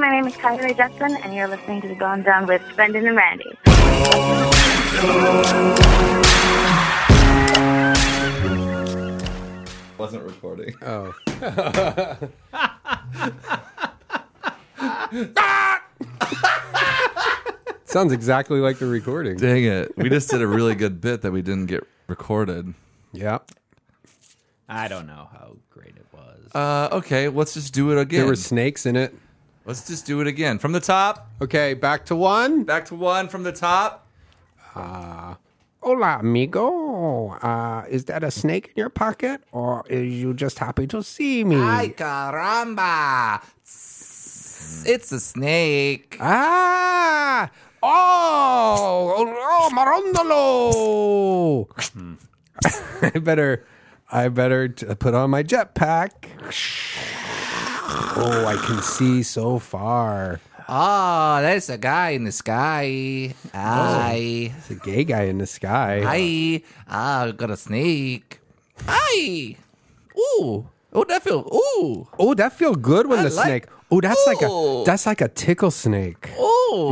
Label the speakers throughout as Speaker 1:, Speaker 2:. Speaker 1: my name is Kylie Jackson, and you're listening to the Gone Down with Brendan and Randy.
Speaker 2: Wasn't recording.
Speaker 3: Oh. Sounds exactly like the recording.
Speaker 2: Dang it. We just did a really good bit that we didn't get recorded.
Speaker 3: Yeah.
Speaker 4: I don't know how great it was.
Speaker 2: Uh, okay, let's just do it again.
Speaker 3: There were snakes in it.
Speaker 2: let's just do it again. From the top,
Speaker 3: Okay, back to one.
Speaker 2: back to one, from the top.
Speaker 3: Hola, amigo. Uh, is that a snake in your pocket, or are you just happy to see me?
Speaker 2: caramba. It's a snake.
Speaker 3: Ah! Oh! Oh, Marondolo! I better, I better t- put on my jetpack. Oh, I can see so far.
Speaker 2: Oh, there's a guy in the sky. Hi.
Speaker 3: It's a gay guy in the sky.
Speaker 2: Hi. Ah, we got a snake. Hi. Ooh. Oh, that feel. Ooh.
Speaker 3: Oh, that feel good when
Speaker 2: I
Speaker 3: the
Speaker 2: like-
Speaker 3: snake. Oh, that's like a
Speaker 2: Ooh.
Speaker 3: that's like a tickle snake.
Speaker 2: Oh.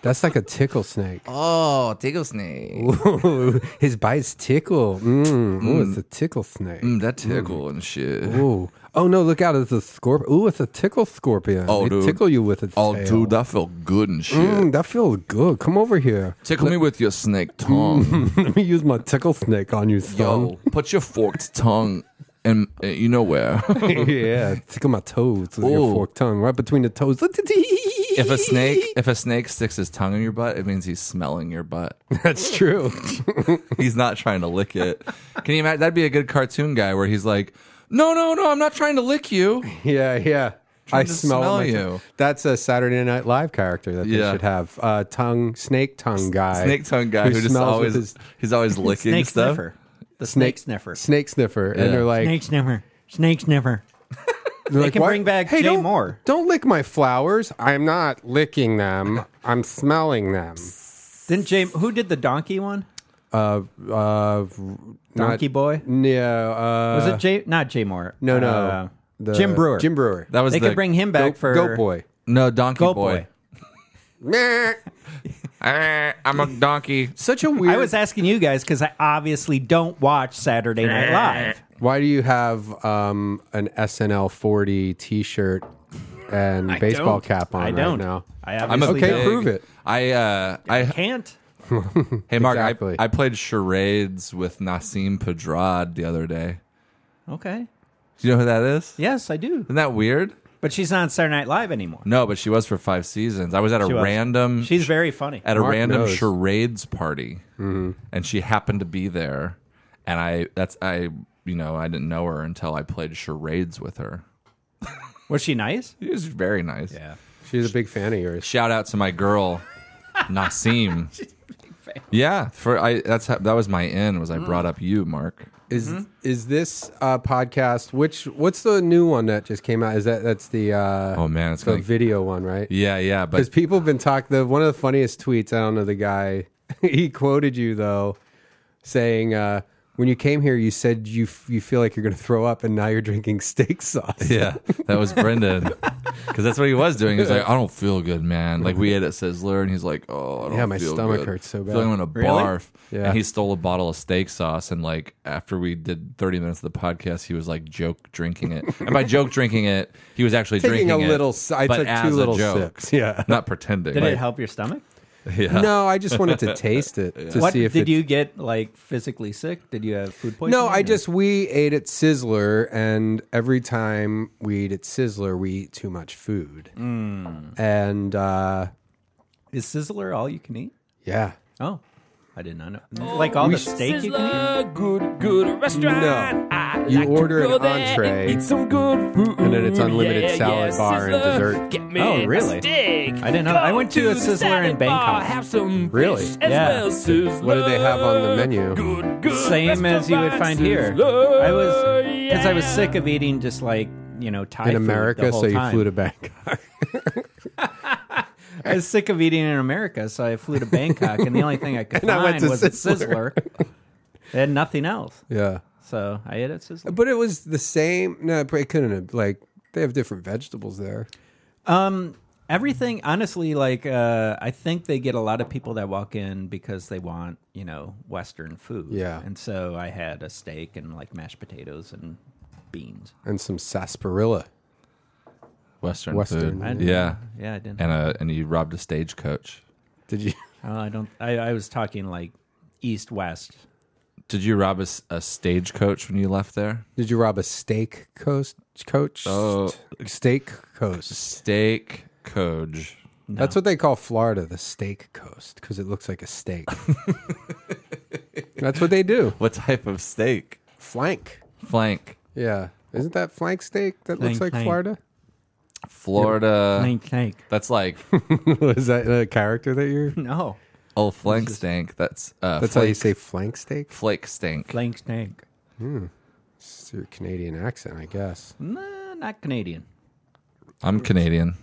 Speaker 3: That's like a tickle snake.
Speaker 2: Oh, tickle snake.
Speaker 3: Ooh, his bites tickle. Mm. Oh, it's a tickle snake.
Speaker 2: Mm, that tickle and shit.
Speaker 3: Ooh. Oh no! Look out! It's a scorpion. Ooh, it's a tickle scorpion.
Speaker 2: Oh,
Speaker 3: They
Speaker 2: dude.
Speaker 3: tickle you with its
Speaker 2: Oh,
Speaker 3: tail.
Speaker 2: dude, that felt good and shit.
Speaker 3: Mm, that feels good. Come over here.
Speaker 2: Tickle me with your snake tongue.
Speaker 3: Let me use my tickle snake on you, son.
Speaker 2: Yo, put your forked tongue and uh, you know where.
Speaker 3: yeah, tickle my toes with your
Speaker 2: Ooh.
Speaker 3: forked tongue, right between the toes.
Speaker 2: if a snake, if a snake sticks his tongue in your butt, it means he's smelling your butt.
Speaker 3: That's true.
Speaker 2: He's not trying to lick it. Can you imagine? That'd be a good cartoon guy where he's like, "No, no, no, I'm not trying to lick you."
Speaker 3: Yeah, yeah. I
Speaker 2: to
Speaker 3: smell,
Speaker 2: smell
Speaker 3: my
Speaker 2: you.
Speaker 3: tongue. That's a Saturday Night Live character that they
Speaker 2: Yeah.
Speaker 3: should have. Uh, tongue snake tongue guy.
Speaker 2: Snake tongue guy who, just
Speaker 3: smells with
Speaker 2: always
Speaker 3: his
Speaker 2: he's always licking
Speaker 4: snake
Speaker 2: stuff.
Speaker 4: sniffer. The snake, sniffer.
Speaker 3: snake sniffer,
Speaker 2: Yeah.
Speaker 3: and they're like,
Speaker 4: snake sniffer. Snake sniffer.
Speaker 3: they're like,
Speaker 4: can
Speaker 3: "Why-
Speaker 4: bring back
Speaker 3: hey,
Speaker 4: Jay
Speaker 3: don't,
Speaker 4: Moore."
Speaker 3: Don't lick my flowers. I'm not licking them. I'm smelling them.
Speaker 4: Didn't James? Who did the donkey one?
Speaker 3: Uh, uh,
Speaker 4: Donkey Boy.
Speaker 3: No, uh,
Speaker 4: Was it Jay? Not Jay Moore.
Speaker 3: no, no.
Speaker 4: Uh,
Speaker 3: The-
Speaker 4: Jim Brewer.
Speaker 3: Jim Brewer.
Speaker 2: That was
Speaker 4: They
Speaker 2: the
Speaker 4: could bring him back
Speaker 3: Goat-
Speaker 4: for
Speaker 3: Goat Boy.
Speaker 2: no donkey
Speaker 4: Goat
Speaker 2: boy.
Speaker 4: boy.
Speaker 2: Eh, I'm a donkey.
Speaker 3: Such a weird.
Speaker 4: I was asking you guys because I obviously don't watch Saturday Night Live.
Speaker 3: Why do you have um, an SNL 40 T-shirt and baseball
Speaker 4: don't.
Speaker 3: cap on
Speaker 4: I
Speaker 3: right
Speaker 4: don't.
Speaker 3: now?
Speaker 4: I
Speaker 2: I'm a
Speaker 4: obviously
Speaker 3: Okay,
Speaker 2: pig.
Speaker 3: prove it.
Speaker 2: I uh I
Speaker 4: can't.
Speaker 2: Hey, Mark,
Speaker 3: Exactly.
Speaker 2: I, I played charades with Nassim Pedrad the other day.
Speaker 4: Okay.
Speaker 2: Do you know who that is?
Speaker 4: Yes, I do.
Speaker 2: Isn't that weird?
Speaker 4: But she's not on Saturday Night Live anymore.
Speaker 2: No, but she was for five seasons. I was at a
Speaker 4: She was.
Speaker 2: random
Speaker 4: She's very funny.
Speaker 2: at a
Speaker 3: Mark
Speaker 2: random
Speaker 3: knows. Mm-hmm.
Speaker 2: charades party, and she happened to be there, and I that's I you know I didn't know her until I played charades with her.
Speaker 4: Was she nice?
Speaker 2: She was very nice.
Speaker 3: She's a big fan of yours.
Speaker 2: Shout out to my girl Nassim. Yeah, for I that's how, that was my in
Speaker 3: Mm.
Speaker 2: was I brought up you, Mark.
Speaker 3: Is
Speaker 4: Mm-hmm.
Speaker 3: is this uh, podcast? Which what's the new one that just came out? Is that that's the uh,
Speaker 2: Oh man, it's
Speaker 3: the
Speaker 2: going
Speaker 3: video one, right?
Speaker 2: yeah, yeah, but
Speaker 3: Because people have been talking. The one of the funniest tweets. I don't know the guy. he quoted you though, saying. Uh, when you came here, you said you f- you feel like you're going to throw up, and now you're drinking steak sauce.
Speaker 2: Yeah, that was Brendan. Because that's what he was doing. He was like, I don't feel good, man. Like, we ate at Sizzler, and he's like, oh, I don't
Speaker 3: Yeah, my
Speaker 2: feel
Speaker 3: stomach
Speaker 2: good.
Speaker 3: hurts so
Speaker 2: I feel like I'm going to barf.
Speaker 3: Yeah.
Speaker 2: And he stole a bottle of steak sauce. And, like, after we did 30 minutes of the podcast, he was, like, joke drinking it. and by joke drinking it, he was actually
Speaker 3: Taking
Speaker 2: drinking
Speaker 3: a
Speaker 2: it,
Speaker 3: little, s- I
Speaker 2: but
Speaker 3: took
Speaker 2: as
Speaker 3: two
Speaker 2: a
Speaker 3: little
Speaker 2: joke.
Speaker 3: sips. Yeah,
Speaker 2: Not pretending.
Speaker 4: Did
Speaker 2: Like,
Speaker 4: it help your stomach?
Speaker 2: Yeah.
Speaker 3: No, I just wanted to taste it to
Speaker 4: What
Speaker 3: see if
Speaker 4: did
Speaker 3: it-
Speaker 4: you get like physically sick? Did you have food poisoning?
Speaker 3: No, I
Speaker 4: or-
Speaker 3: just we ate at Sizzler, and every time we eat at Sizzler, we eat too much food,
Speaker 4: Mm.
Speaker 3: and uh,
Speaker 4: is Sizzler all you can eat?
Speaker 3: yeah,
Speaker 4: Oh, I did not know. like all the steak you can eat.
Speaker 5: a good, good restaurant.
Speaker 3: No.
Speaker 5: I
Speaker 3: You
Speaker 5: like
Speaker 3: order
Speaker 5: to
Speaker 3: an
Speaker 5: go there and
Speaker 3: entree,
Speaker 5: eat some good food,
Speaker 3: and then it's unlimited
Speaker 5: Yeah,
Speaker 3: salad
Speaker 5: yeah,
Speaker 3: bar and
Speaker 5: Sizzler.
Speaker 3: dessert.
Speaker 5: Get me
Speaker 4: Oh,
Speaker 5: a
Speaker 4: really?
Speaker 5: steak.
Speaker 4: I didn't know-
Speaker 5: Go
Speaker 4: I went to a
Speaker 5: the
Speaker 4: Sizzler in
Speaker 5: salad bar,
Speaker 4: Bangkok.
Speaker 5: Have some
Speaker 3: Really?
Speaker 5: fish
Speaker 4: Yeah.
Speaker 5: As well, Sizzler.
Speaker 3: What do they have on the menu?
Speaker 5: Good, good
Speaker 4: Same as you would
Speaker 5: restaurant,
Speaker 4: find here.
Speaker 5: Sizzler.
Speaker 4: I was because I was
Speaker 5: Yeah.
Speaker 4: sick of eating just like you know Thai
Speaker 3: in
Speaker 4: food the
Speaker 3: America,
Speaker 4: whole
Speaker 3: so you
Speaker 4: time.
Speaker 3: flew to Bangkok.
Speaker 4: I was sick of eating in America, so I flew to Bangkok, and the only thing I could
Speaker 3: And I
Speaker 4: find
Speaker 3: went to
Speaker 4: was
Speaker 3: Sizzler.
Speaker 4: a Sizzler. They had nothing else,
Speaker 3: yeah,
Speaker 4: so I ate at Sizzler.
Speaker 3: but it was the same. No, it probably couldn't have like they have different vegetables there.
Speaker 4: Um, Everything, honestly, like uh, I think they get a lot of people that walk in because they want, you know, Western food.
Speaker 3: Yeah.
Speaker 4: and so I had a steak and like mashed potatoes and beans.
Speaker 3: and some sarsaparilla.
Speaker 2: Western,
Speaker 3: Western.
Speaker 2: food.
Speaker 4: I didn't-
Speaker 2: yeah,
Speaker 4: yeah, I didn't.
Speaker 2: and a and you robbed a stagecoach.
Speaker 3: Did you?
Speaker 4: oh, I don't. I, I was talking like east west.
Speaker 2: Did you rob a, s- a stagecoach when you left there?
Speaker 3: Did you rob a steak coast coach?
Speaker 2: Oh.
Speaker 3: steak coast.
Speaker 2: Steak coach.
Speaker 3: That's what they call Florida, the steak coast, because it looks like a steak. That's what they do.
Speaker 2: What type of steak?
Speaker 3: Flank.
Speaker 2: Flank.
Speaker 3: Yeah. Isn't that flank steak that looks like
Speaker 4: Flank, flank.
Speaker 3: Florida?
Speaker 2: Florida.
Speaker 4: Plain cake.
Speaker 2: That's like
Speaker 3: Is that a character that you're?
Speaker 4: No,
Speaker 2: old oh, flank stank. That's uh,
Speaker 3: That's
Speaker 2: flake,
Speaker 3: how you say flank steak.
Speaker 2: flake stank.
Speaker 4: plain cake.
Speaker 3: It's your Canadian accent, I guess.
Speaker 2: Mm.
Speaker 4: Nah, not Canadian.
Speaker 2: I'm Canadian.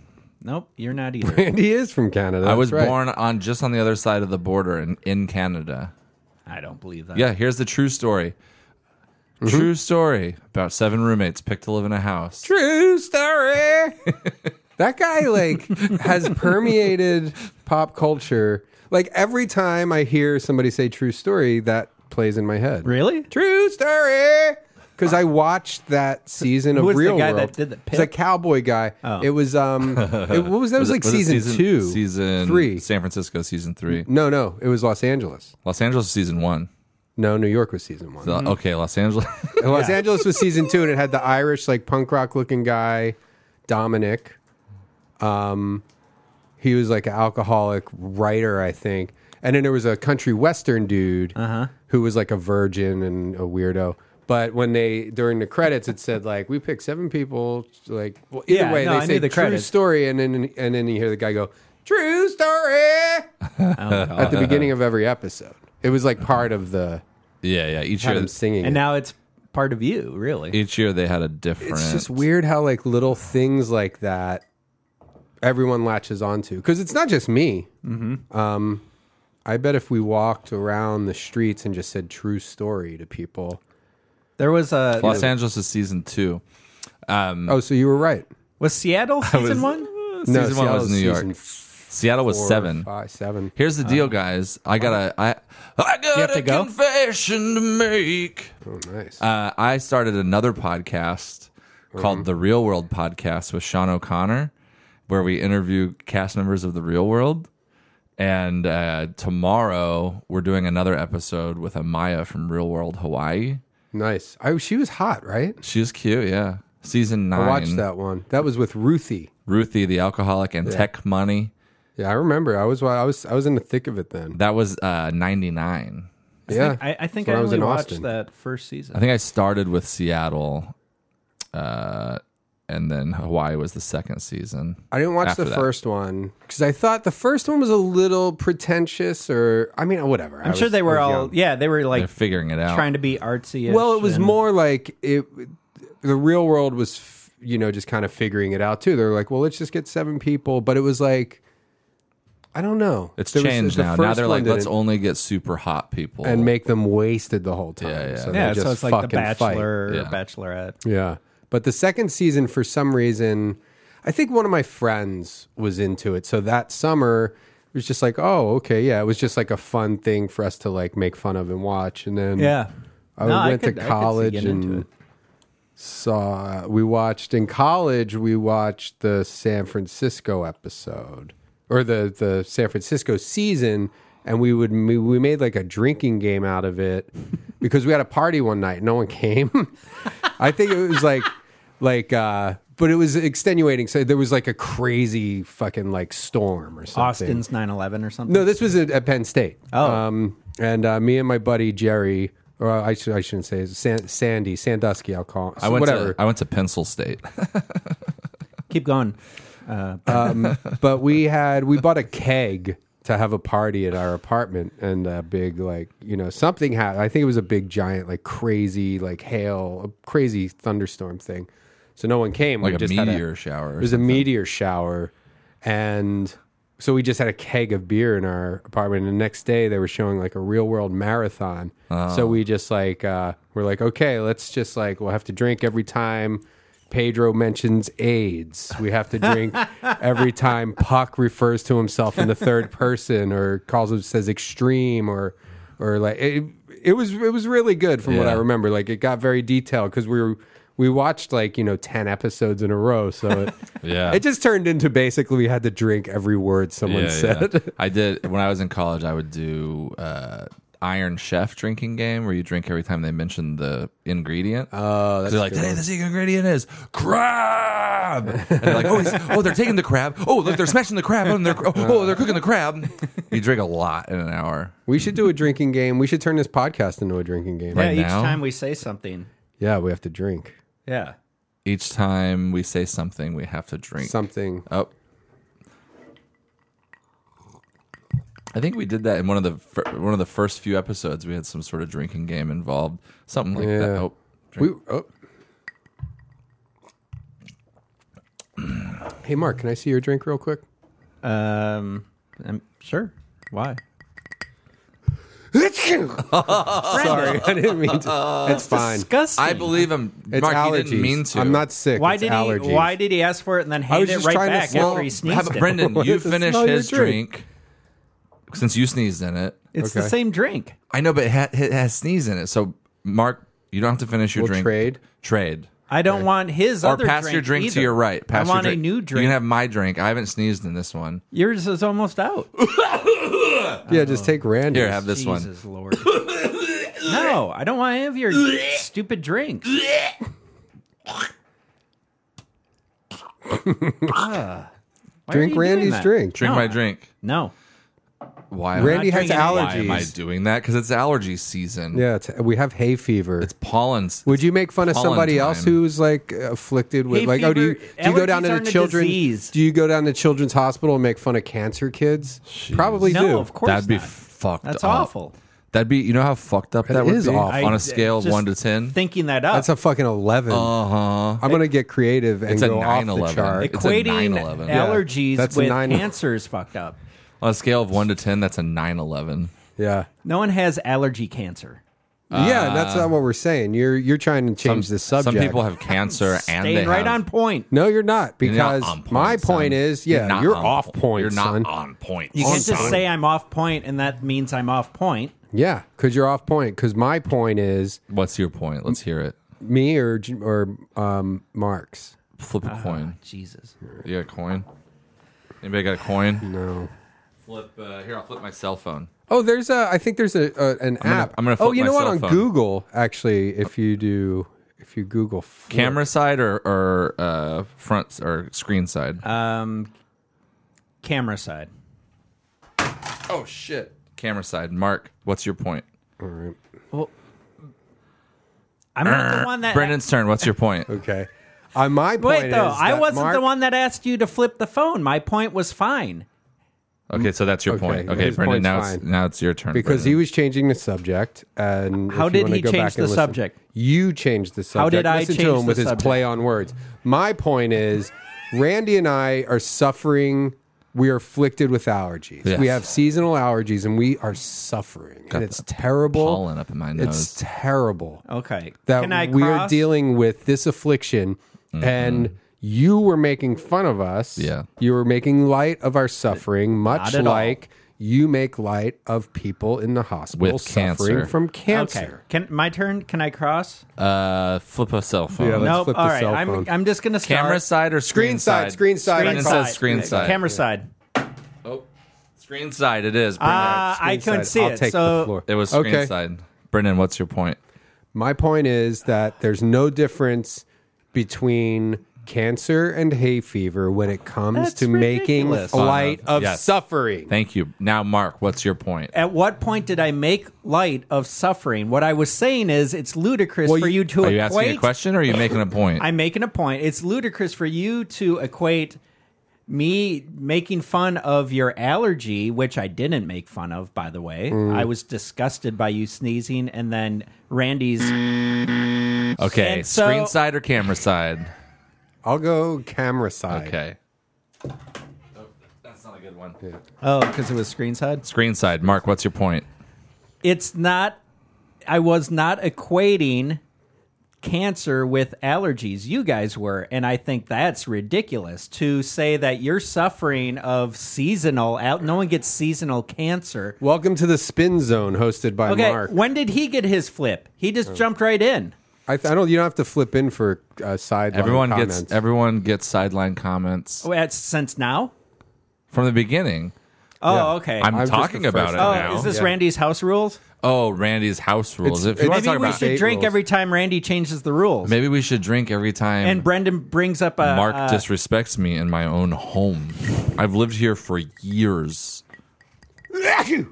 Speaker 4: Nope, you're not either.
Speaker 3: Randy is from Canada.
Speaker 2: I was
Speaker 3: that's right.
Speaker 2: born on just on the other side of the border in, in Canada.
Speaker 4: I don't believe that.
Speaker 2: Yeah, here's the true story. True story about seven roommates picked to live in a house.
Speaker 3: Mm-hmm. True story. that guy like has permeated pop culture. Like every time I hear somebody say "true story," that plays in my head.
Speaker 4: Really?
Speaker 3: True story. Because I watched that season of
Speaker 4: Who was the
Speaker 3: Real
Speaker 4: guy that
Speaker 3: World.
Speaker 4: did the Oh.
Speaker 3: It's a
Speaker 4: pip?
Speaker 3: cowboy guy. It was um. It, what was that? It was, like
Speaker 2: was it
Speaker 3: season, two,
Speaker 2: season
Speaker 3: three. Mm-hmm.
Speaker 2: San Francisco, season three,
Speaker 3: No, no, it was Los Angeles.
Speaker 2: Los Angeles, season one.
Speaker 3: No, New York was season one.
Speaker 2: The- Okay, Los Angeles.
Speaker 3: And Los Angeles was season two, and it had the Irish like punk rock looking guy, Dominic. Um, he was like an alcoholic writer, I think. And then there was a country western dude
Speaker 4: Uh-huh.
Speaker 3: who was like a virgin and a weirdo. But when they during the credits, it said like we picked seven people. Like well, either
Speaker 4: Yeah,
Speaker 3: way,
Speaker 4: no,
Speaker 3: they
Speaker 4: I
Speaker 3: say
Speaker 4: knew the
Speaker 3: true
Speaker 4: credits.
Speaker 3: story, and then and then you hear the guy go true story
Speaker 4: Oh,
Speaker 3: at the beginning of every episode. It was like part of the
Speaker 2: yeah, yeah. Each
Speaker 3: had
Speaker 2: year,
Speaker 3: him singing.
Speaker 4: And
Speaker 3: it.
Speaker 4: now it's part of you, really.
Speaker 2: each year they had a different.
Speaker 3: It's just weird how like little things like that everyone latches onto because it's not just me. Mm-hmm. Um, I bet if we walked around the streets and just said "true story" to people,
Speaker 4: There was a
Speaker 2: Los Angeles is season two. Mm.
Speaker 3: oh, so you were right.
Speaker 4: was Seattle
Speaker 2: was-
Speaker 4: season one.
Speaker 2: Season one was
Speaker 3: Seattle's
Speaker 2: New York.
Speaker 3: season four,
Speaker 2: Seattle was seven.
Speaker 3: five, seven.
Speaker 2: Here's the deal, guys. I gotta, I, I got
Speaker 4: Uh, have
Speaker 2: a
Speaker 4: to go?
Speaker 2: confession to make.
Speaker 3: Oh, nice.
Speaker 2: Uh, I started another podcast
Speaker 4: Mm-hmm.
Speaker 2: called The Real World Podcast with Sean O'Connor, where we interview cast members of The Real World. And uh, tomorrow we're doing another episode with Amaya from Real World Hawaii.
Speaker 3: nice. I, she was hot, right?
Speaker 2: She's cute, yeah. Season nine.
Speaker 3: I watched that one. That was with Ruthie.
Speaker 2: Ruthie, the alcoholic, and Tech Money.
Speaker 3: Yeah, I remember. I was I was I was in the thick of it then.
Speaker 2: That was uh, ninety nine.
Speaker 3: yeah,
Speaker 4: I, I think
Speaker 3: When
Speaker 4: I
Speaker 3: I was
Speaker 4: only
Speaker 3: in
Speaker 4: watched
Speaker 3: Austin.
Speaker 4: that first season.
Speaker 2: I think I started with Seattle, uh, and then Hawaii was the second season.
Speaker 3: I didn't watch
Speaker 2: after
Speaker 3: the
Speaker 2: that.
Speaker 3: first one because I thought the first one was a little pretentious, or I mean, whatever.
Speaker 4: I'm sure they were all yeah, they were
Speaker 2: They're
Speaker 4: like
Speaker 2: figuring it out.
Speaker 4: trying to be artsy.
Speaker 3: Well, it was more like it. The real world was, f- you know, just kind of figuring it out too. They're like, well, let's just get seven people, but it was like, I don't know.
Speaker 2: It's
Speaker 3: There was-
Speaker 2: changed
Speaker 3: the
Speaker 2: now. Now
Speaker 3: first
Speaker 2: they're
Speaker 3: one
Speaker 2: like, let's
Speaker 3: didn't-
Speaker 2: only get super hot people.
Speaker 3: and make them wasted the whole time.
Speaker 2: Yeah, yeah.
Speaker 3: So
Speaker 4: yeah.
Speaker 3: they just
Speaker 4: So it's like the
Speaker 3: fucking fight.
Speaker 4: Bachelor
Speaker 2: Yeah. Mm.
Speaker 4: or Bachelorette.
Speaker 3: Yeah. But the second season, for some reason, I think one of my friends was into it. So that summer, it was just like, oh, okay, yeah. It was just like a fun thing for us to like make fun of and watch. And then
Speaker 4: Yeah,
Speaker 3: I
Speaker 4: No,
Speaker 3: went
Speaker 4: could- I could
Speaker 3: to
Speaker 4: see
Speaker 3: college
Speaker 4: getting into
Speaker 3: and
Speaker 4: it.
Speaker 3: saw, we watched in college, we watched the San Francisco episode or the, the San Francisco season. And we would, we we made like a drinking game out of it because we had a party one night. No one came. I think it was like like uh but it was extenuating. So there was like a crazy fucking like storm or something.
Speaker 4: Austin's 9/11 or something.
Speaker 3: No, this was at, at Penn State.
Speaker 4: Oh.
Speaker 3: Um and uh, me and my buddy Jerry or I should I shouldn't say San, Sandy, Sandusky I'll call.
Speaker 2: I went
Speaker 3: whatever.
Speaker 2: to I went to Pencil State.
Speaker 4: Keep going. Uh,
Speaker 3: but we had we bought a keg to have a party at our apartment and a big like you know something happened i think it was a big giant like crazy like hail a crazy thunderstorm thing so no one came
Speaker 2: Like
Speaker 3: we
Speaker 2: a
Speaker 3: just had
Speaker 2: meteor shower or
Speaker 3: it was a meteor shower and so we just had a keg of beer in our apartment and the next day they were showing like a real world marathon
Speaker 2: Oh.
Speaker 3: so we just like uh, we're like okay let's just like we'll have to drink every time Pedro mentions AIDS. We have to drink every time Puck refers to himself in the third person or calls him says extreme or or like it, it was it was really good from what I
Speaker 2: Yeah.
Speaker 3: remember. Like it got very detailed because we were we watched like you know ten episodes in a row, so it,
Speaker 2: Yeah.
Speaker 3: it just turned into basically we had to drink every word someone said.
Speaker 2: I did when I was in college. I would do uh, Iron Chef drinking game where you drink every time they mention the ingredient. Oh, that's they're like, today the secret ingredient is crab. And they're like, oh, he's- oh, they're taking the crab. Oh, look, they're smashing the crab. And they're oh, oh, they're cooking the crab. You drink a lot in an hour.
Speaker 3: We should do a drinking game. We should turn this podcast into a drinking game.
Speaker 4: Yeah,
Speaker 2: Right
Speaker 4: each
Speaker 2: now?
Speaker 4: time we say something.
Speaker 3: Yeah, we have to drink
Speaker 4: Yeah.
Speaker 2: Each time we say something, we have to drink.
Speaker 3: something.
Speaker 2: Oh. I think we did that in one of the fir- one of the first few episodes. We had some sort of drinking game involved, something like that.
Speaker 3: Yeah.
Speaker 2: Oh,
Speaker 3: We,
Speaker 2: drink.
Speaker 3: oh. hey, Mark, can I see your drink real quick?
Speaker 4: Um, I'm sure. Why?
Speaker 3: Sorry, I didn't mean to. It's fine.
Speaker 4: Disgusting.
Speaker 2: I believe I'm.
Speaker 3: It's
Speaker 2: Mark,
Speaker 3: allergies.
Speaker 2: you didn't mean to.
Speaker 3: I'm not sick.
Speaker 4: Why
Speaker 3: it's
Speaker 4: did
Speaker 3: allergies.
Speaker 4: he? Why did he ask for it and then hand
Speaker 3: was
Speaker 4: it
Speaker 3: just
Speaker 4: right
Speaker 3: trying to
Speaker 4: back
Speaker 3: smell-
Speaker 4: after he
Speaker 2: Have,
Speaker 4: sneezed it?
Speaker 2: Brendan, you
Speaker 3: It's not
Speaker 2: finish
Speaker 3: your
Speaker 2: his
Speaker 3: drink.
Speaker 2: drink. since you sneezed in it.
Speaker 4: It's
Speaker 3: Okay.
Speaker 4: the same drink.
Speaker 2: I know, but it, ha- it has sneeze in it. So, Mark, you don't have to finish your
Speaker 3: We'll
Speaker 2: drink.
Speaker 3: trade.
Speaker 2: Trade.
Speaker 4: I don't want his
Speaker 2: Or
Speaker 4: other
Speaker 2: pass
Speaker 4: drink
Speaker 2: your drink
Speaker 4: either.
Speaker 2: to your right. Pass
Speaker 4: I
Speaker 2: your
Speaker 4: want
Speaker 2: drink.
Speaker 4: a new
Speaker 2: You
Speaker 4: drink.
Speaker 2: can have my drink. I haven't sneezed in this one.
Speaker 4: Yours is almost out.
Speaker 3: Yeah, just
Speaker 2: Oh.
Speaker 3: take Randy.
Speaker 2: Here, have this one.
Speaker 4: Jesus Lord. no, I don't want any of your stupid drinks. Ah, why are you
Speaker 3: Drink
Speaker 4: doing
Speaker 3: Randy's
Speaker 4: that?
Speaker 3: drink.
Speaker 2: Drink
Speaker 4: No.
Speaker 2: my drink.
Speaker 4: No.
Speaker 2: Why?
Speaker 3: Randy
Speaker 4: not
Speaker 3: has
Speaker 4: drinking
Speaker 3: allergies.
Speaker 4: wine.
Speaker 2: Why am I doing that? Because it's allergy season.
Speaker 3: yeah, it's, we have hay fever.
Speaker 2: It's pollens.
Speaker 3: Would you make fun of
Speaker 2: pollen
Speaker 3: somebody else
Speaker 2: time.
Speaker 3: who's like afflicted with
Speaker 4: Hay
Speaker 3: like? Oh, do you,
Speaker 4: fever-
Speaker 3: do you go down
Speaker 4: allergies
Speaker 3: to
Speaker 4: aren't
Speaker 3: the
Speaker 4: a
Speaker 3: children's?
Speaker 4: disease.
Speaker 3: Do you go down to children's hospital and make fun of cancer kids? Probably
Speaker 4: No,
Speaker 3: do.
Speaker 4: of course
Speaker 2: That'd be
Speaker 4: not.
Speaker 2: fucked
Speaker 4: That's
Speaker 2: up.
Speaker 4: awful.
Speaker 2: That'd be, you know how fucked up that, would
Speaker 3: is
Speaker 2: be?
Speaker 3: awful.
Speaker 2: On
Speaker 4: I-
Speaker 2: a scale of
Speaker 4: just
Speaker 2: 1 to 10?
Speaker 4: Thinking that up.
Speaker 3: That's a fucking eleven.
Speaker 2: Uh huh.
Speaker 3: I'm gonna get creative and
Speaker 2: It's a
Speaker 3: go off the
Speaker 2: 9/11.
Speaker 3: chart.
Speaker 2: It's a
Speaker 4: equating
Speaker 2: 9/11. Yeah,
Speaker 4: allergies
Speaker 3: that's a
Speaker 4: with
Speaker 3: 9
Speaker 4: cancer is fucked up.
Speaker 2: On a scale of 1 to 10, that's a 9 11.
Speaker 3: Yeah,
Speaker 4: No one has allergy cancer.
Speaker 3: yeah. That's not what we're saying. You're you're trying to change the subject.
Speaker 2: Uh, Some people have cancer and they
Speaker 4: Staying right
Speaker 2: have-
Speaker 4: on point.
Speaker 3: No, you're not
Speaker 2: You're not
Speaker 3: because
Speaker 2: on point,
Speaker 3: my
Speaker 2: son.
Speaker 3: point is, yeah,
Speaker 2: not
Speaker 3: you're,
Speaker 2: on
Speaker 3: off point.
Speaker 2: You're not
Speaker 3: son.
Speaker 2: on point.
Speaker 4: You can't just
Speaker 2: son.
Speaker 4: say I'm off point and that means I'm off point.
Speaker 3: Yeah, because you're off point. Because my point is
Speaker 2: What's your point? Let's hear it.
Speaker 3: me or J- or um, Mark's.
Speaker 2: Flip
Speaker 4: Uh,
Speaker 2: a coin.
Speaker 4: Jesus.
Speaker 2: You got a coin? Anybody got a coin?
Speaker 3: No.
Speaker 2: Flip. Uh, here, I'll flip my cell phone.
Speaker 3: Oh, there's a. I think there's a, a an
Speaker 2: gonna-
Speaker 3: app.
Speaker 2: I'm gonna
Speaker 3: oh,
Speaker 2: flip
Speaker 3: you
Speaker 2: my
Speaker 3: know what?
Speaker 2: cell
Speaker 3: On
Speaker 2: phone.
Speaker 3: Google, actually, if you do, if you Google flip-
Speaker 2: Camera side or, or uh, front s- or screen side?
Speaker 4: Um, camera side.
Speaker 2: oh, shit. Camera side. Mark, what's your point?
Speaker 3: All right.
Speaker 4: I'm not the
Speaker 2: Uh,
Speaker 4: one that.
Speaker 2: Brendan's turn. What's your point?
Speaker 3: Okay. Uh, my point
Speaker 4: Wait though,
Speaker 3: is
Speaker 4: I
Speaker 3: that
Speaker 4: wasn't
Speaker 3: Mark-
Speaker 4: the one that asked you to flip the phone. My point was fine.
Speaker 2: Okay, so that's your
Speaker 3: Okay,
Speaker 2: point.
Speaker 3: yeah,
Speaker 2: Okay,
Speaker 3: his
Speaker 2: Brendan,
Speaker 3: point's
Speaker 2: now
Speaker 3: fine.
Speaker 2: it's, now it's your turn.
Speaker 3: because
Speaker 2: Brendan.
Speaker 3: he was changing the subject. And
Speaker 4: How
Speaker 3: if
Speaker 4: did
Speaker 3: you wanna
Speaker 4: he
Speaker 3: go
Speaker 4: change
Speaker 3: back
Speaker 4: the
Speaker 3: and listen-
Speaker 4: subject?
Speaker 3: You changed the subject.
Speaker 4: did I
Speaker 3: listen to
Speaker 4: change
Speaker 3: him with
Speaker 4: the
Speaker 3: his
Speaker 4: subject?
Speaker 3: play on words? My point is, Randy and I are suffering. We are afflicted with allergies.
Speaker 2: Yes.
Speaker 3: We have seasonal allergies, and we are suffering, and it's terrible.
Speaker 2: pollen up in my
Speaker 3: It's
Speaker 2: nose.
Speaker 3: terrible
Speaker 4: Okay.
Speaker 3: that
Speaker 4: Oh. Can I
Speaker 3: we are
Speaker 4: cross?
Speaker 3: dealing with this affliction and you were making fun of us.
Speaker 2: Mm-hmm. Yeah.
Speaker 3: You were making light of our suffering, much
Speaker 4: Not at all.
Speaker 3: like you make light of people in the hospital
Speaker 2: With
Speaker 3: suffering
Speaker 2: cancer.
Speaker 3: from
Speaker 4: Okay.
Speaker 3: cancer.
Speaker 4: Can my turn? Can I cross?
Speaker 2: uh, flip a cell phone.
Speaker 3: Yeah, let's
Speaker 4: nope.
Speaker 3: flip the
Speaker 4: All right.
Speaker 3: cell
Speaker 4: I'm,
Speaker 3: phone.
Speaker 4: I'm just gonna start.
Speaker 2: Camera side or screen
Speaker 3: Screen side,
Speaker 2: side?
Speaker 3: screen side.
Speaker 4: Screen
Speaker 2: Brendan
Speaker 4: side.
Speaker 2: says screen
Speaker 4: Okay,
Speaker 2: side.
Speaker 4: Camera side.
Speaker 2: Oh, screen side. It is. Brendan.
Speaker 4: Uh, I
Speaker 3: Screen side.
Speaker 4: couldn't see
Speaker 3: I'll
Speaker 4: it.
Speaker 3: take
Speaker 4: so
Speaker 3: the floor.
Speaker 2: it was screen
Speaker 3: okay.
Speaker 2: side. Brendan, what's your point?
Speaker 3: My point is that there's no difference between cancer and hay fever when it comes
Speaker 4: That's
Speaker 3: to
Speaker 4: ridiculous.
Speaker 3: making light of
Speaker 2: Yes.
Speaker 3: suffering.
Speaker 2: Thank you. Now, Mark, what's your point?
Speaker 4: at what point did I make light of suffering? What I was saying is it's ludicrous
Speaker 3: Well,
Speaker 4: for
Speaker 3: you-
Speaker 4: you to
Speaker 2: Are you
Speaker 4: equate.
Speaker 2: asking a question or are you making a point?
Speaker 4: I'm making a point. It's ludicrous for you to equate me making fun of your allergy, which I didn't make fun of, by the way. I was disgusted by you sneezing and then Randy's.
Speaker 2: okay,
Speaker 4: And so-
Speaker 2: screen side or camera side?
Speaker 3: I'll go camera side.
Speaker 2: Okay. Oh, That's not a good one.
Speaker 4: Oh, because it was screen side?
Speaker 2: Screen side. Mark, what's your point?
Speaker 4: It's not. I was not equating cancer with allergies. You guys were. And I think that's ridiculous to say that you're suffering of seasonal, al- no one gets seasonal cancer.
Speaker 3: Welcome to the Spin Zone, hosted by
Speaker 4: Okay.
Speaker 3: Mark.
Speaker 4: When did he get his flip? He just jumped right in.
Speaker 3: I, th- I don't. You don't have to flip in for uh, sideline
Speaker 2: Everyone
Speaker 3: comments.
Speaker 2: gets everyone gets sideline comments
Speaker 4: Oh, that's since now?
Speaker 2: from the beginning.
Speaker 4: Oh,
Speaker 3: Yeah.
Speaker 4: okay.
Speaker 2: I'm,
Speaker 3: I'm just
Speaker 2: talking
Speaker 3: the
Speaker 2: about
Speaker 3: first
Speaker 2: it
Speaker 4: oh,
Speaker 3: one.
Speaker 2: now.
Speaker 4: is this
Speaker 3: Yeah.
Speaker 4: Randy's house rules?
Speaker 2: oh, Randy's house rules.
Speaker 3: It's-
Speaker 2: if you want
Speaker 3: it's-
Speaker 2: to talk
Speaker 4: Maybe we
Speaker 2: about,
Speaker 4: should
Speaker 3: State
Speaker 4: drink
Speaker 3: rules.
Speaker 4: every time Randy changes the rules.
Speaker 2: maybe we should drink every time.
Speaker 4: And Brendan brings up a
Speaker 2: Mark
Speaker 4: uh,
Speaker 2: disrespects me in my own home. I've lived here for years.
Speaker 3: Here,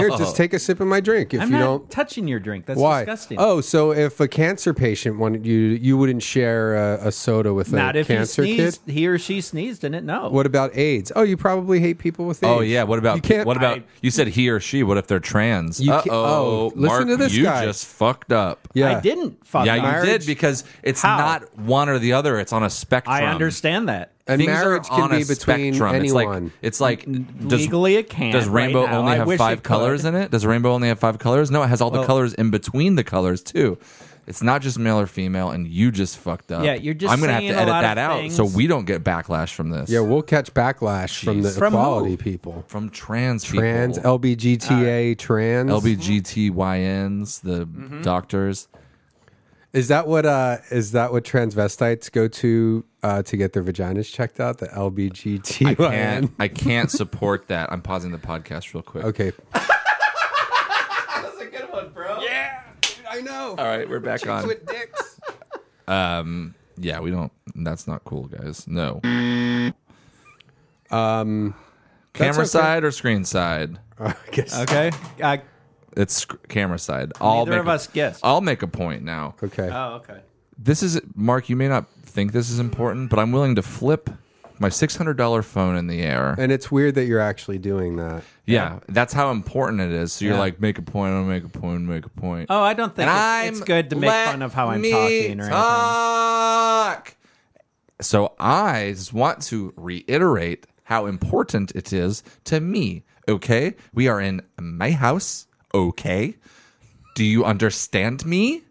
Speaker 2: Oh.
Speaker 3: just take a sip of my drink. If
Speaker 4: I'm
Speaker 3: you
Speaker 4: not
Speaker 3: don't,
Speaker 4: touching your drink. That's
Speaker 3: why?
Speaker 4: disgusting.
Speaker 3: Oh, so if a cancer patient wanted you, you wouldn't share a, a soda with
Speaker 4: not
Speaker 3: a
Speaker 4: if
Speaker 3: cancer
Speaker 4: he sneezed.
Speaker 3: kid.
Speaker 4: He or she sneezed in it. No.
Speaker 3: What about AIDS? Oh, you probably hate people with AIDS.
Speaker 2: Oh yeah, what about
Speaker 3: you can't,
Speaker 2: what about
Speaker 4: I-
Speaker 2: you said he or she? What if they're trans?
Speaker 3: You can't-
Speaker 2: Uh-oh,
Speaker 3: oh, listen
Speaker 2: Mark,
Speaker 3: to this
Speaker 2: you
Speaker 3: guy.
Speaker 2: just fucked up.
Speaker 3: yeah.
Speaker 4: I didn't fuck
Speaker 2: yeah,
Speaker 4: up.
Speaker 2: you
Speaker 3: Marriage-
Speaker 2: did because it's
Speaker 4: How?
Speaker 2: not one or the other. It's on a spectrum.
Speaker 4: I understand that.
Speaker 3: And
Speaker 2: Things
Speaker 3: marriage
Speaker 2: are
Speaker 3: can
Speaker 2: on
Speaker 3: be
Speaker 2: a
Speaker 3: between
Speaker 2: spectrum.
Speaker 3: anyone.
Speaker 2: It's like it's like does,
Speaker 4: Legally, it can't
Speaker 2: Does
Speaker 4: right
Speaker 2: rainbow
Speaker 4: now.
Speaker 2: only
Speaker 4: I
Speaker 2: have
Speaker 4: wish
Speaker 2: five
Speaker 4: it
Speaker 2: colors in
Speaker 4: could.
Speaker 2: it? Does rainbow only have five colors? No, it has all the
Speaker 4: Well-
Speaker 2: colors in between the colors too. It's not just male or female, and you just fucked up.
Speaker 4: Yeah, you're just
Speaker 2: I'm gonna have
Speaker 4: saying
Speaker 2: to
Speaker 4: a
Speaker 2: edit
Speaker 4: lot
Speaker 2: that
Speaker 4: of
Speaker 2: out
Speaker 4: things.
Speaker 2: so we don't get backlash from this.
Speaker 3: yeah, we'll catch backlash from the
Speaker 2: Jeez.
Speaker 4: From who?
Speaker 3: equality people,
Speaker 2: from trans people.
Speaker 3: trans, LBGTA, trans,
Speaker 2: LBGTYNs, the
Speaker 4: Mm-hmm.
Speaker 2: doctors.
Speaker 3: Is that what uh is that what transvestites go to uh to get their vaginas checked out? The
Speaker 2: I can't,
Speaker 3: LBGTYN.
Speaker 2: I can't support that. I'm pausing the podcast real quick.
Speaker 3: Okay.
Speaker 2: I know. All right, we're back on.
Speaker 3: dicks.
Speaker 2: Yeah, we don't. That's not cool, guys. No.
Speaker 3: Um, that's
Speaker 2: camera
Speaker 3: okay.
Speaker 2: side or screen side?
Speaker 3: I guess.
Speaker 4: Okay. Uh,
Speaker 2: It's sc- camera side. I'll
Speaker 4: Neither
Speaker 2: make
Speaker 4: of
Speaker 2: a-
Speaker 4: us guessed.
Speaker 2: I'll make a point now.
Speaker 3: Okay.
Speaker 4: oh, okay.
Speaker 2: This is Mark. You may not think this is important, but I'm willing to flip my $600 phone in the air.
Speaker 3: and it's weird that you're actually doing that.
Speaker 2: yeah, that's how important it is. So you're
Speaker 4: Yeah.
Speaker 2: like, make a point. I'll make a point. Make a point.
Speaker 4: Oh, I don't think
Speaker 2: And
Speaker 4: it's, it's
Speaker 2: I'm-
Speaker 4: good to make
Speaker 2: let
Speaker 4: fun of how I'm
Speaker 2: me
Speaker 4: talking or anything.
Speaker 2: talk. So I just want to reiterate how important it is to me. Okay, we are in my house. Okay, do you understand me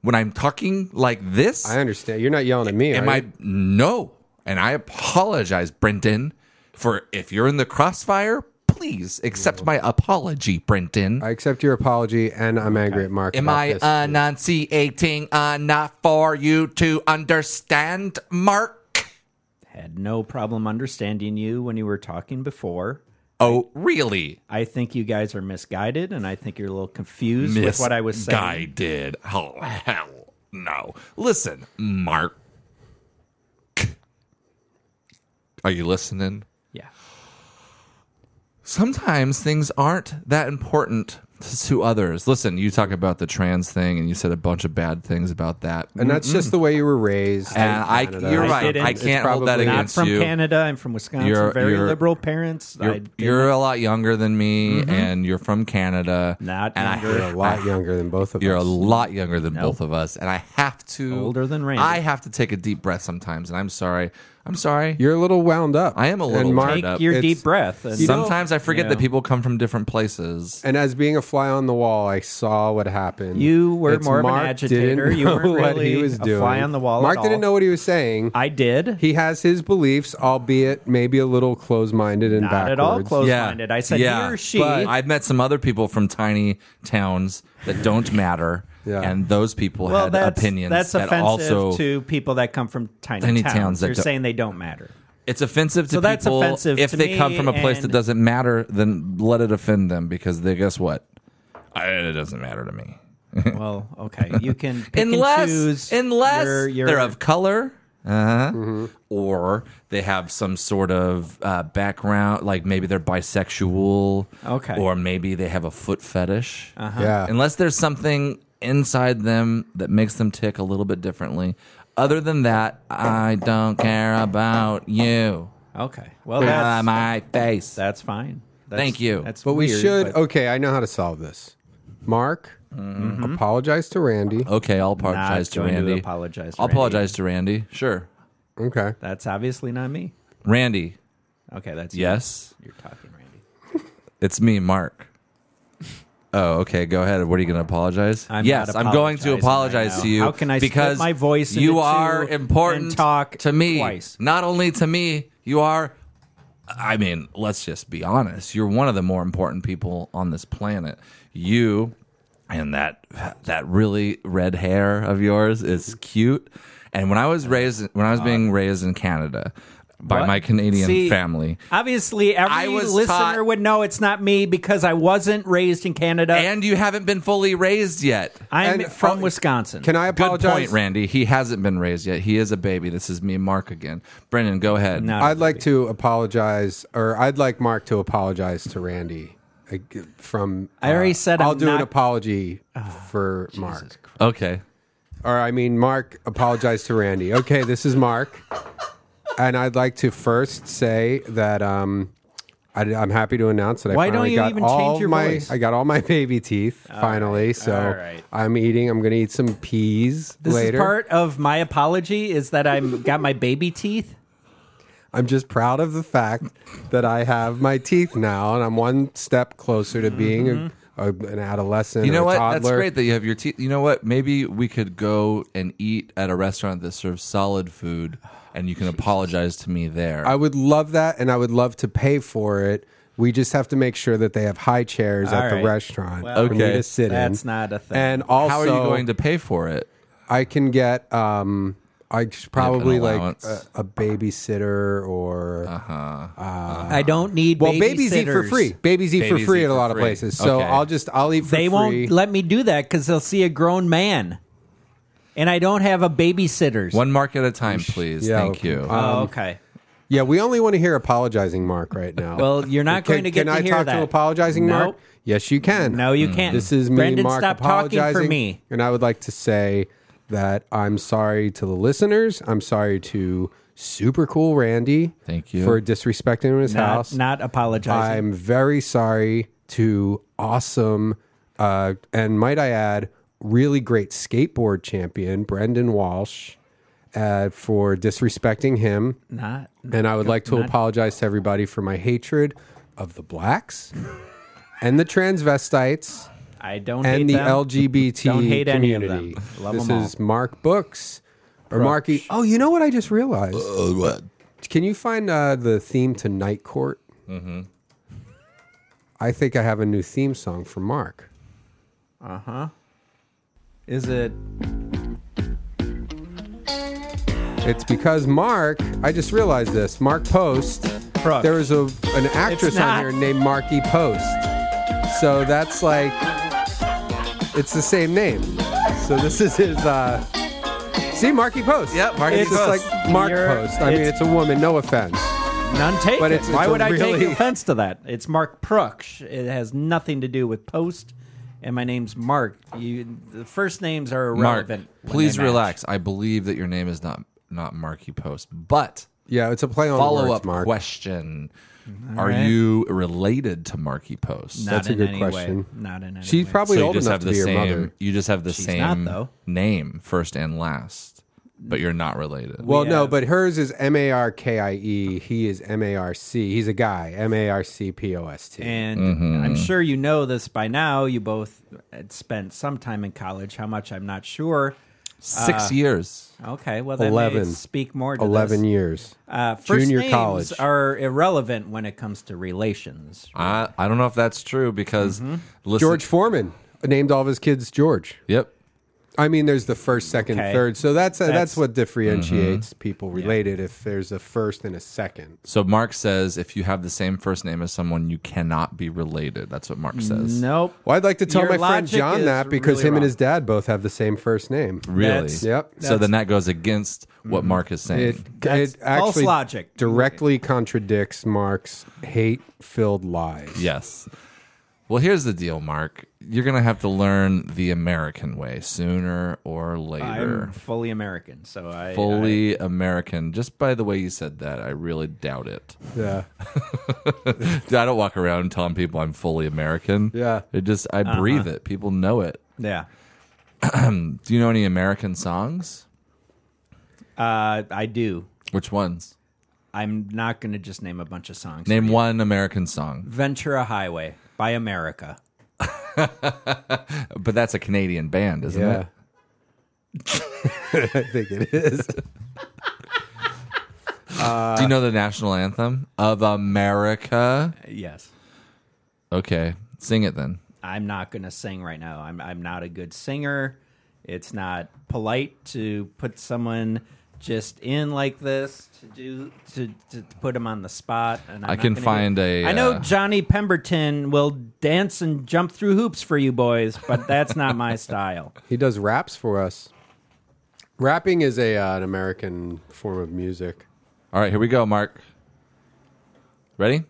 Speaker 2: when I'm talking like this?
Speaker 3: I understand. You're not yelling at me.
Speaker 2: Am
Speaker 3: are
Speaker 2: I
Speaker 3: you?
Speaker 2: no? And I apologize, Brenton, for if you're in the crossfire. Please accept my apology, Brenton.
Speaker 3: I accept your apology and I'm angry at Mark.
Speaker 2: Am
Speaker 3: about
Speaker 2: I
Speaker 3: this.
Speaker 2: enunciating enough Uh, for you to understand, Mark?
Speaker 4: Had no problem understanding you when you were talking before.
Speaker 2: Oh, really?
Speaker 4: I think you guys are misguided, and I think you're a little confused with what I was saying.
Speaker 2: Guy did. Oh, hell no. Listen, Mark. Are you listening?
Speaker 4: Yeah.
Speaker 2: sometimes things aren't that important to others. Listen, you talk about the trans thing and you said a bunch of bad things about that.
Speaker 3: and that's just the way you were raised.
Speaker 2: And
Speaker 3: in
Speaker 2: Uh, I-
Speaker 3: Canada.
Speaker 2: you're
Speaker 4: I
Speaker 2: right.
Speaker 4: didn't.
Speaker 2: I
Speaker 4: It's
Speaker 2: can't hold that
Speaker 3: probably-
Speaker 4: Not
Speaker 2: against
Speaker 4: from
Speaker 2: you.
Speaker 4: Canada. I'm from Wisconsin.
Speaker 2: You're-
Speaker 4: Very
Speaker 2: you're-
Speaker 4: liberal parents. I
Speaker 2: You're,
Speaker 4: didn't-
Speaker 2: you're a lot younger than me, and you're from Canada.
Speaker 4: Not
Speaker 2: and I
Speaker 4: younger.
Speaker 3: You're a lot younger than both of
Speaker 2: You're a
Speaker 3: us.
Speaker 2: lot younger than both of us, and I have to
Speaker 4: Older than Randy.
Speaker 2: I have to take a deep breath sometimes, and I'm sorry. I'm sorry.
Speaker 3: You're a little wound up.
Speaker 2: I am a little
Speaker 3: and Mark,
Speaker 2: turned up.
Speaker 4: Take your
Speaker 3: It's-
Speaker 4: deep breath. And
Speaker 2: sometimes I forget
Speaker 4: Yeah.
Speaker 2: that people come from different places.
Speaker 3: And as being a fly on the wall, I saw what happened.
Speaker 4: You were more of an
Speaker 3: Mark
Speaker 4: agitator.
Speaker 3: didn't
Speaker 4: You weren't
Speaker 3: know what
Speaker 4: really
Speaker 3: he was
Speaker 4: a
Speaker 3: doing.
Speaker 4: fly on the wall at
Speaker 3: Mark didn't
Speaker 4: all.
Speaker 3: know what he was saying.
Speaker 4: I did.
Speaker 3: he has his beliefs, albeit maybe a little closed-minded and
Speaker 4: not
Speaker 3: backwards.
Speaker 4: at all closed-minded. I said he or she.
Speaker 2: but I've met some other people from tiny towns that don't matter,
Speaker 3: Yeah.
Speaker 2: and those people
Speaker 4: well,
Speaker 2: had
Speaker 4: that's,
Speaker 2: opinions
Speaker 4: that's
Speaker 2: that
Speaker 4: offensive
Speaker 2: also
Speaker 4: to people that come from tiny,
Speaker 2: Tiny
Speaker 4: towns.
Speaker 2: towns that
Speaker 4: You're
Speaker 2: don't-
Speaker 4: saying they don't matter.
Speaker 2: It's offensive to
Speaker 4: So that's
Speaker 2: people.
Speaker 4: offensive
Speaker 2: if
Speaker 4: to
Speaker 2: they come
Speaker 4: me,
Speaker 2: from a place that
Speaker 4: and-
Speaker 2: doesn't matter, then let it offend them because they guess what? I, it doesn't matter to me.
Speaker 4: Well, okay, you can pick and
Speaker 2: Unless,
Speaker 4: choose
Speaker 2: unless
Speaker 4: your, your,
Speaker 2: they're of color, uh-huh, or they have some sort of uh, background, like maybe they're bisexual,
Speaker 4: Okay.
Speaker 2: or maybe they have a foot fetish. Uh-huh.
Speaker 3: Yeah.
Speaker 2: Unless there's something inside them that makes them tick a little bit differently. Other than that, I don't care about you.
Speaker 4: okay. Well,
Speaker 2: Ah,
Speaker 4: that's,
Speaker 2: my face.
Speaker 4: that's fine. That's,
Speaker 2: Thank you.
Speaker 4: That's
Speaker 3: but we
Speaker 4: weird,
Speaker 3: should.
Speaker 4: but
Speaker 3: Okay, I know how to solve this. Mark,
Speaker 4: Mm-hmm.
Speaker 3: apologize to Randy.
Speaker 2: Okay, I'll apologize to
Speaker 4: going to
Speaker 2: Randy.
Speaker 4: apologize to
Speaker 2: I'll
Speaker 4: Randy.
Speaker 2: apologize to Randy. Sure.
Speaker 3: Okay.
Speaker 4: That's obviously not me.
Speaker 2: Randy,
Speaker 4: Okay, that's you.
Speaker 2: yes.
Speaker 4: You're talking, Randy.
Speaker 2: It's me, Mark. Oh, okay. Go ahead. What are you going to apologize?
Speaker 4: I'm
Speaker 2: yes,
Speaker 4: not
Speaker 2: I'm going to apologize
Speaker 4: apologizing right now.
Speaker 2: to you.
Speaker 4: How can I split
Speaker 2: because
Speaker 4: my voice
Speaker 2: You
Speaker 4: into
Speaker 2: are
Speaker 4: two and
Speaker 2: important
Speaker 4: talk
Speaker 2: to me.
Speaker 4: twice?
Speaker 2: Not only to me, you are. I mean, let's just be honest. You're one of the more important people on this planet. You and that that really red hair of yours is cute. And when I was raised, when I was being raised in Canada by
Speaker 4: What?
Speaker 2: my Canadian
Speaker 4: See,
Speaker 2: family,
Speaker 4: Obviously,
Speaker 2: I
Speaker 4: every
Speaker 2: was
Speaker 4: listener
Speaker 2: taught-
Speaker 4: would know it's not me because I wasn't raised in Canada.
Speaker 2: and you haven't been fully raised yet.
Speaker 4: I'm
Speaker 3: and-
Speaker 4: from
Speaker 3: oh,
Speaker 4: Wisconsin.
Speaker 3: Can I
Speaker 2: Good
Speaker 3: apologize?
Speaker 2: point, Randy. He hasn't been raised yet. He is a baby. This is me and Mark again. Brendan, go ahead.
Speaker 4: No.
Speaker 3: I'd like to apologize, or I'd like Mark to apologize to Randy. uh, g- From uh,
Speaker 4: I already said
Speaker 3: I'll
Speaker 4: I'm
Speaker 3: do an
Speaker 4: not- Ah,
Speaker 3: apology for Mark,
Speaker 2: Okay.
Speaker 3: or I mean Mark apologized to Randy. Okay, this is Mark, and I'd like to first say that um, I, am happy to announce that I
Speaker 4: Why don't
Speaker 3: finally
Speaker 4: you
Speaker 3: got
Speaker 4: even
Speaker 3: all
Speaker 4: change your
Speaker 3: my
Speaker 4: voice?
Speaker 3: I got all my baby teeth finally. So
Speaker 4: all right.
Speaker 3: I'm eating. I'm gonna eat some peas
Speaker 4: this
Speaker 3: later.
Speaker 4: is part of my apology is that I'm got my baby teeth.
Speaker 3: I'm just proud of the fact that I have my teeth now, and I'm one step closer to being
Speaker 4: Mm-hmm.
Speaker 3: a, a, an adolescent.
Speaker 2: You
Speaker 3: or
Speaker 2: know
Speaker 3: a
Speaker 2: what?
Speaker 3: Toddler.
Speaker 2: That's great that you have your teeth. You know what? Maybe we could go and eat at a restaurant that serves solid food, and you can apologize to me there.
Speaker 3: I would love that, and I would love to pay for it. We just have to make sure that they have high chairs at
Speaker 4: All
Speaker 3: the
Speaker 4: right.
Speaker 3: restaurant
Speaker 4: Well,
Speaker 3: for me
Speaker 2: Okay.
Speaker 3: to sit
Speaker 4: That's
Speaker 3: in.
Speaker 4: not a thing.
Speaker 3: And also,
Speaker 2: How are you going to pay for it?
Speaker 3: I can get. Um, I should probably like
Speaker 2: allowance. Uh-huh.
Speaker 3: a, a babysitter or
Speaker 4: I don't need
Speaker 3: Ah. well, babies eat for
Speaker 4: babysitters.
Speaker 3: free. Babies eat
Speaker 2: Babies
Speaker 3: for free
Speaker 2: eat
Speaker 3: at a
Speaker 2: for
Speaker 3: lot of
Speaker 2: free.
Speaker 3: places. So
Speaker 2: Okay.
Speaker 3: I'll just I'll eat for free.
Speaker 4: They won't let me do that because they'll see a grown man, and I don't have a babysitter's.
Speaker 2: One mark at a time, please.
Speaker 3: Yeah, Uh,
Speaker 2: Thank you.
Speaker 4: Oh, okay.
Speaker 3: Yeah, we only want to hear apologizing Mark right now.
Speaker 4: Well, you're not
Speaker 3: can,
Speaker 4: going to get
Speaker 3: Can
Speaker 4: to
Speaker 3: I
Speaker 4: hear
Speaker 3: talk
Speaker 4: that.
Speaker 3: to apologizing Mark?
Speaker 4: Nope.
Speaker 3: Yes, you can.
Speaker 4: No, you can't.
Speaker 3: Hmm. This is me,
Speaker 4: Brendan,
Speaker 3: Mark,
Speaker 4: stop
Speaker 3: apologizing.
Speaker 4: talking for me.
Speaker 3: And I would like to say that I'm sorry to the listeners. I'm sorry to super cool Randy.
Speaker 2: Thank you.
Speaker 3: for disrespecting him in his
Speaker 4: Not,
Speaker 3: house.
Speaker 4: not apologizing.
Speaker 3: I'm very sorry to awesome uh, and might I add, really great skateboard champion Brendan Walsh uh, for disrespecting him.
Speaker 4: not.
Speaker 3: And I would like to apologize to everybody for my hatred of the blacks and the transvestites
Speaker 4: I don't. hate
Speaker 3: and the
Speaker 4: them.
Speaker 3: LGBT
Speaker 4: Don't hate any of
Speaker 3: community.
Speaker 4: them. Love
Speaker 3: this
Speaker 4: 'em all.
Speaker 3: is Mark Books or Marky. Oh, you know what I just realized? Can you find uh, the theme to Night Court? Mm-hmm. I think I have a new theme song for Mark.
Speaker 4: Is it?
Speaker 3: It's because Mark, I just realized this. Mark Post,
Speaker 4: Brooke.
Speaker 3: there was a an actress on
Speaker 4: Uh, not.
Speaker 3: here named Marky Post. So that's like it's the same name. So this is his uh See Marky Post.
Speaker 2: Yep, Marky
Speaker 3: it's just
Speaker 2: Post.
Speaker 3: like Mark
Speaker 4: You're-
Speaker 3: Post. I mean it's
Speaker 4: it's-
Speaker 3: a woman, no offense.
Speaker 4: None taken.
Speaker 3: But it's-
Speaker 4: Why
Speaker 3: it's a
Speaker 4: would I
Speaker 3: really-
Speaker 4: take offense to that? It's Mark Prooks. It has nothing to do with post, and my name's Mark. You, the first names are
Speaker 2: Mark,
Speaker 4: irrelevant. when
Speaker 2: please
Speaker 4: they match.
Speaker 2: relax. I believe that your name is not not Marky Post, but
Speaker 3: Yeah, it's a play on
Speaker 2: follow
Speaker 3: words,
Speaker 2: up
Speaker 3: Mark.
Speaker 2: question: Are
Speaker 4: right.
Speaker 2: you related to Marky Post?
Speaker 4: Not
Speaker 3: That's a
Speaker 4: in
Speaker 3: good
Speaker 4: any Way.
Speaker 3: question.
Speaker 4: Not in any
Speaker 3: She's
Speaker 4: way.
Speaker 3: probably
Speaker 2: so you
Speaker 3: old
Speaker 2: just
Speaker 3: enough
Speaker 2: have
Speaker 3: to
Speaker 2: the
Speaker 3: be your
Speaker 2: same.
Speaker 3: mother.
Speaker 2: You just have the same
Speaker 4: not, though.
Speaker 2: name, first and last, but you're not related.
Speaker 3: Well, no,
Speaker 4: Yeah.
Speaker 3: but hers is M A R K I E. He is M A R C. He's a guy. M A R C P O S T.
Speaker 4: And
Speaker 2: Mm-hmm.
Speaker 4: I'm sure you know this by now. You both had spent some time in college. How much I'm not sure.
Speaker 3: uh,
Speaker 2: six years.
Speaker 4: Okay, well that
Speaker 3: 11.
Speaker 4: may speak more to
Speaker 3: Eleven
Speaker 4: this.
Speaker 3: years.
Speaker 4: Uh, first
Speaker 3: Junior
Speaker 4: names
Speaker 3: college.
Speaker 4: are irrelevant when it comes to relations.
Speaker 2: I I don't know if that's true because listen,
Speaker 3: Mm-hmm. George Foreman named all of his kids George.
Speaker 2: Yep.
Speaker 3: I mean, there's the first, second,
Speaker 4: Okay.
Speaker 3: third. So that's uh, that's,
Speaker 4: That's- Mm-hmm.
Speaker 3: what differentiates people related. If there's a first and a second,
Speaker 2: So Mark says if you have the same first name as someone, you cannot be related. That's what Mark says.
Speaker 4: Nope.
Speaker 3: well, I'd like to tell
Speaker 4: Your
Speaker 3: my friend
Speaker 4: logic
Speaker 3: John
Speaker 4: is
Speaker 3: that because
Speaker 4: really
Speaker 3: him and
Speaker 4: wrong.
Speaker 3: his dad both have the same first name.
Speaker 2: Really?
Speaker 4: That's-
Speaker 3: Yep.
Speaker 2: So then that goes against
Speaker 3: Mm-hmm.
Speaker 2: what Mark is saying.
Speaker 3: It,
Speaker 4: That's
Speaker 3: it actually
Speaker 4: false logic.
Speaker 3: directly contradicts Mark's hate-filled lies.
Speaker 2: Yes. Well, here's the deal, Mark. You're going to have to learn the American way sooner or later.
Speaker 4: I'm fully American, so I
Speaker 2: Fully American. Just by the way you said that, I really doubt it.
Speaker 3: Yeah.
Speaker 2: Dude, I don't walk around telling people I'm fully American.
Speaker 3: Yeah.
Speaker 2: It just, I breathe it. People know it.
Speaker 4: I- yeah.
Speaker 2: Do you know any American songs?
Speaker 4: Uh, I do.
Speaker 2: Which ones?
Speaker 4: I'm not going to just name a bunch of songs.
Speaker 2: Name one American song.
Speaker 4: Ventura Highway by America.
Speaker 2: But that's a Canadian band, isn't
Speaker 3: Yeah.
Speaker 2: it?
Speaker 3: I think it is.
Speaker 2: Do you know the national anthem of America?
Speaker 4: Yes.
Speaker 2: Okay, sing it then.
Speaker 4: I'm not going to sing right now. I'm I'm not a good singer. It's not polite to put someone just in like this to do to, to, put them on the spot. And I'm
Speaker 2: I
Speaker 4: not
Speaker 2: can
Speaker 4: gonna do
Speaker 2: find a,
Speaker 4: it. I know
Speaker 2: uh,
Speaker 4: Johnny Pemberton will dance and jump through hoops for you boys, but that's not my style.
Speaker 3: He does raps for us. Rapping is a uh, an American form of music.
Speaker 2: All right, here we go, Mark. Ready?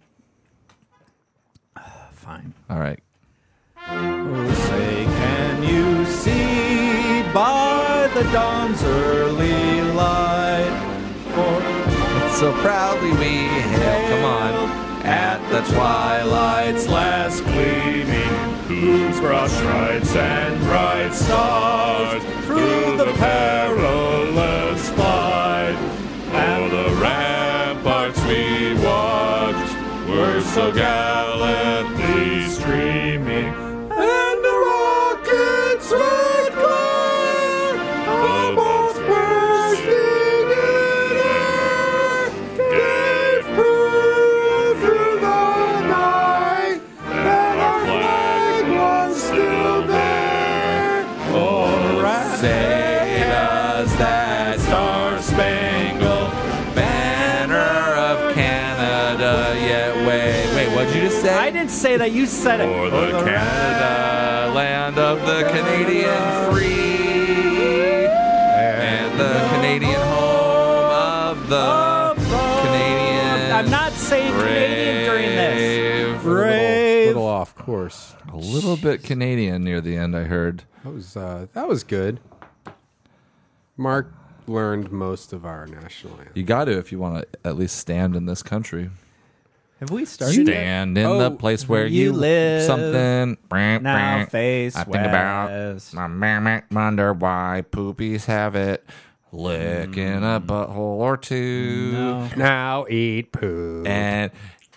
Speaker 4: Fine.
Speaker 2: All right.
Speaker 4: Say, can you see by the dawn's early light? For
Speaker 2: So proudly we hail, come on, at the twilight's last gleaming.
Speaker 6: Whose broad stripes and bright stars through the perilous fight? All the ramparts we watched were so gallantly streaming, and the rockets red glare almost bursting in air gave proof through the night that our flag was still there. Oh,
Speaker 2: Say does that
Speaker 6: star spangled
Speaker 2: banner of Canada yet wait. Wait, what'd you just say?
Speaker 4: I didn't say that. You said it.
Speaker 6: for the Canada.
Speaker 2: Canada, land of the Canadian free, and the Canadian home of the Canadian.
Speaker 4: I'm not saying Canadian during this.
Speaker 2: brave.
Speaker 3: Little,
Speaker 4: Brave.
Speaker 3: little off course.
Speaker 2: A little bit Canadian near the end, I heard.
Speaker 3: That was uh, that was good. Mark learned most of our national anthem.
Speaker 2: You got to if you want to at least stand in this country.
Speaker 4: Have we started? yet?
Speaker 2: Stand in the
Speaker 3: Oh,
Speaker 2: place where
Speaker 4: you
Speaker 2: you,
Speaker 4: live.
Speaker 2: Something.
Speaker 4: Now face
Speaker 2: I think about
Speaker 4: west.
Speaker 2: my mammoth wonder why poopies have it. Licking a butthole or two.
Speaker 4: No.
Speaker 3: Now eat poo.
Speaker 2: and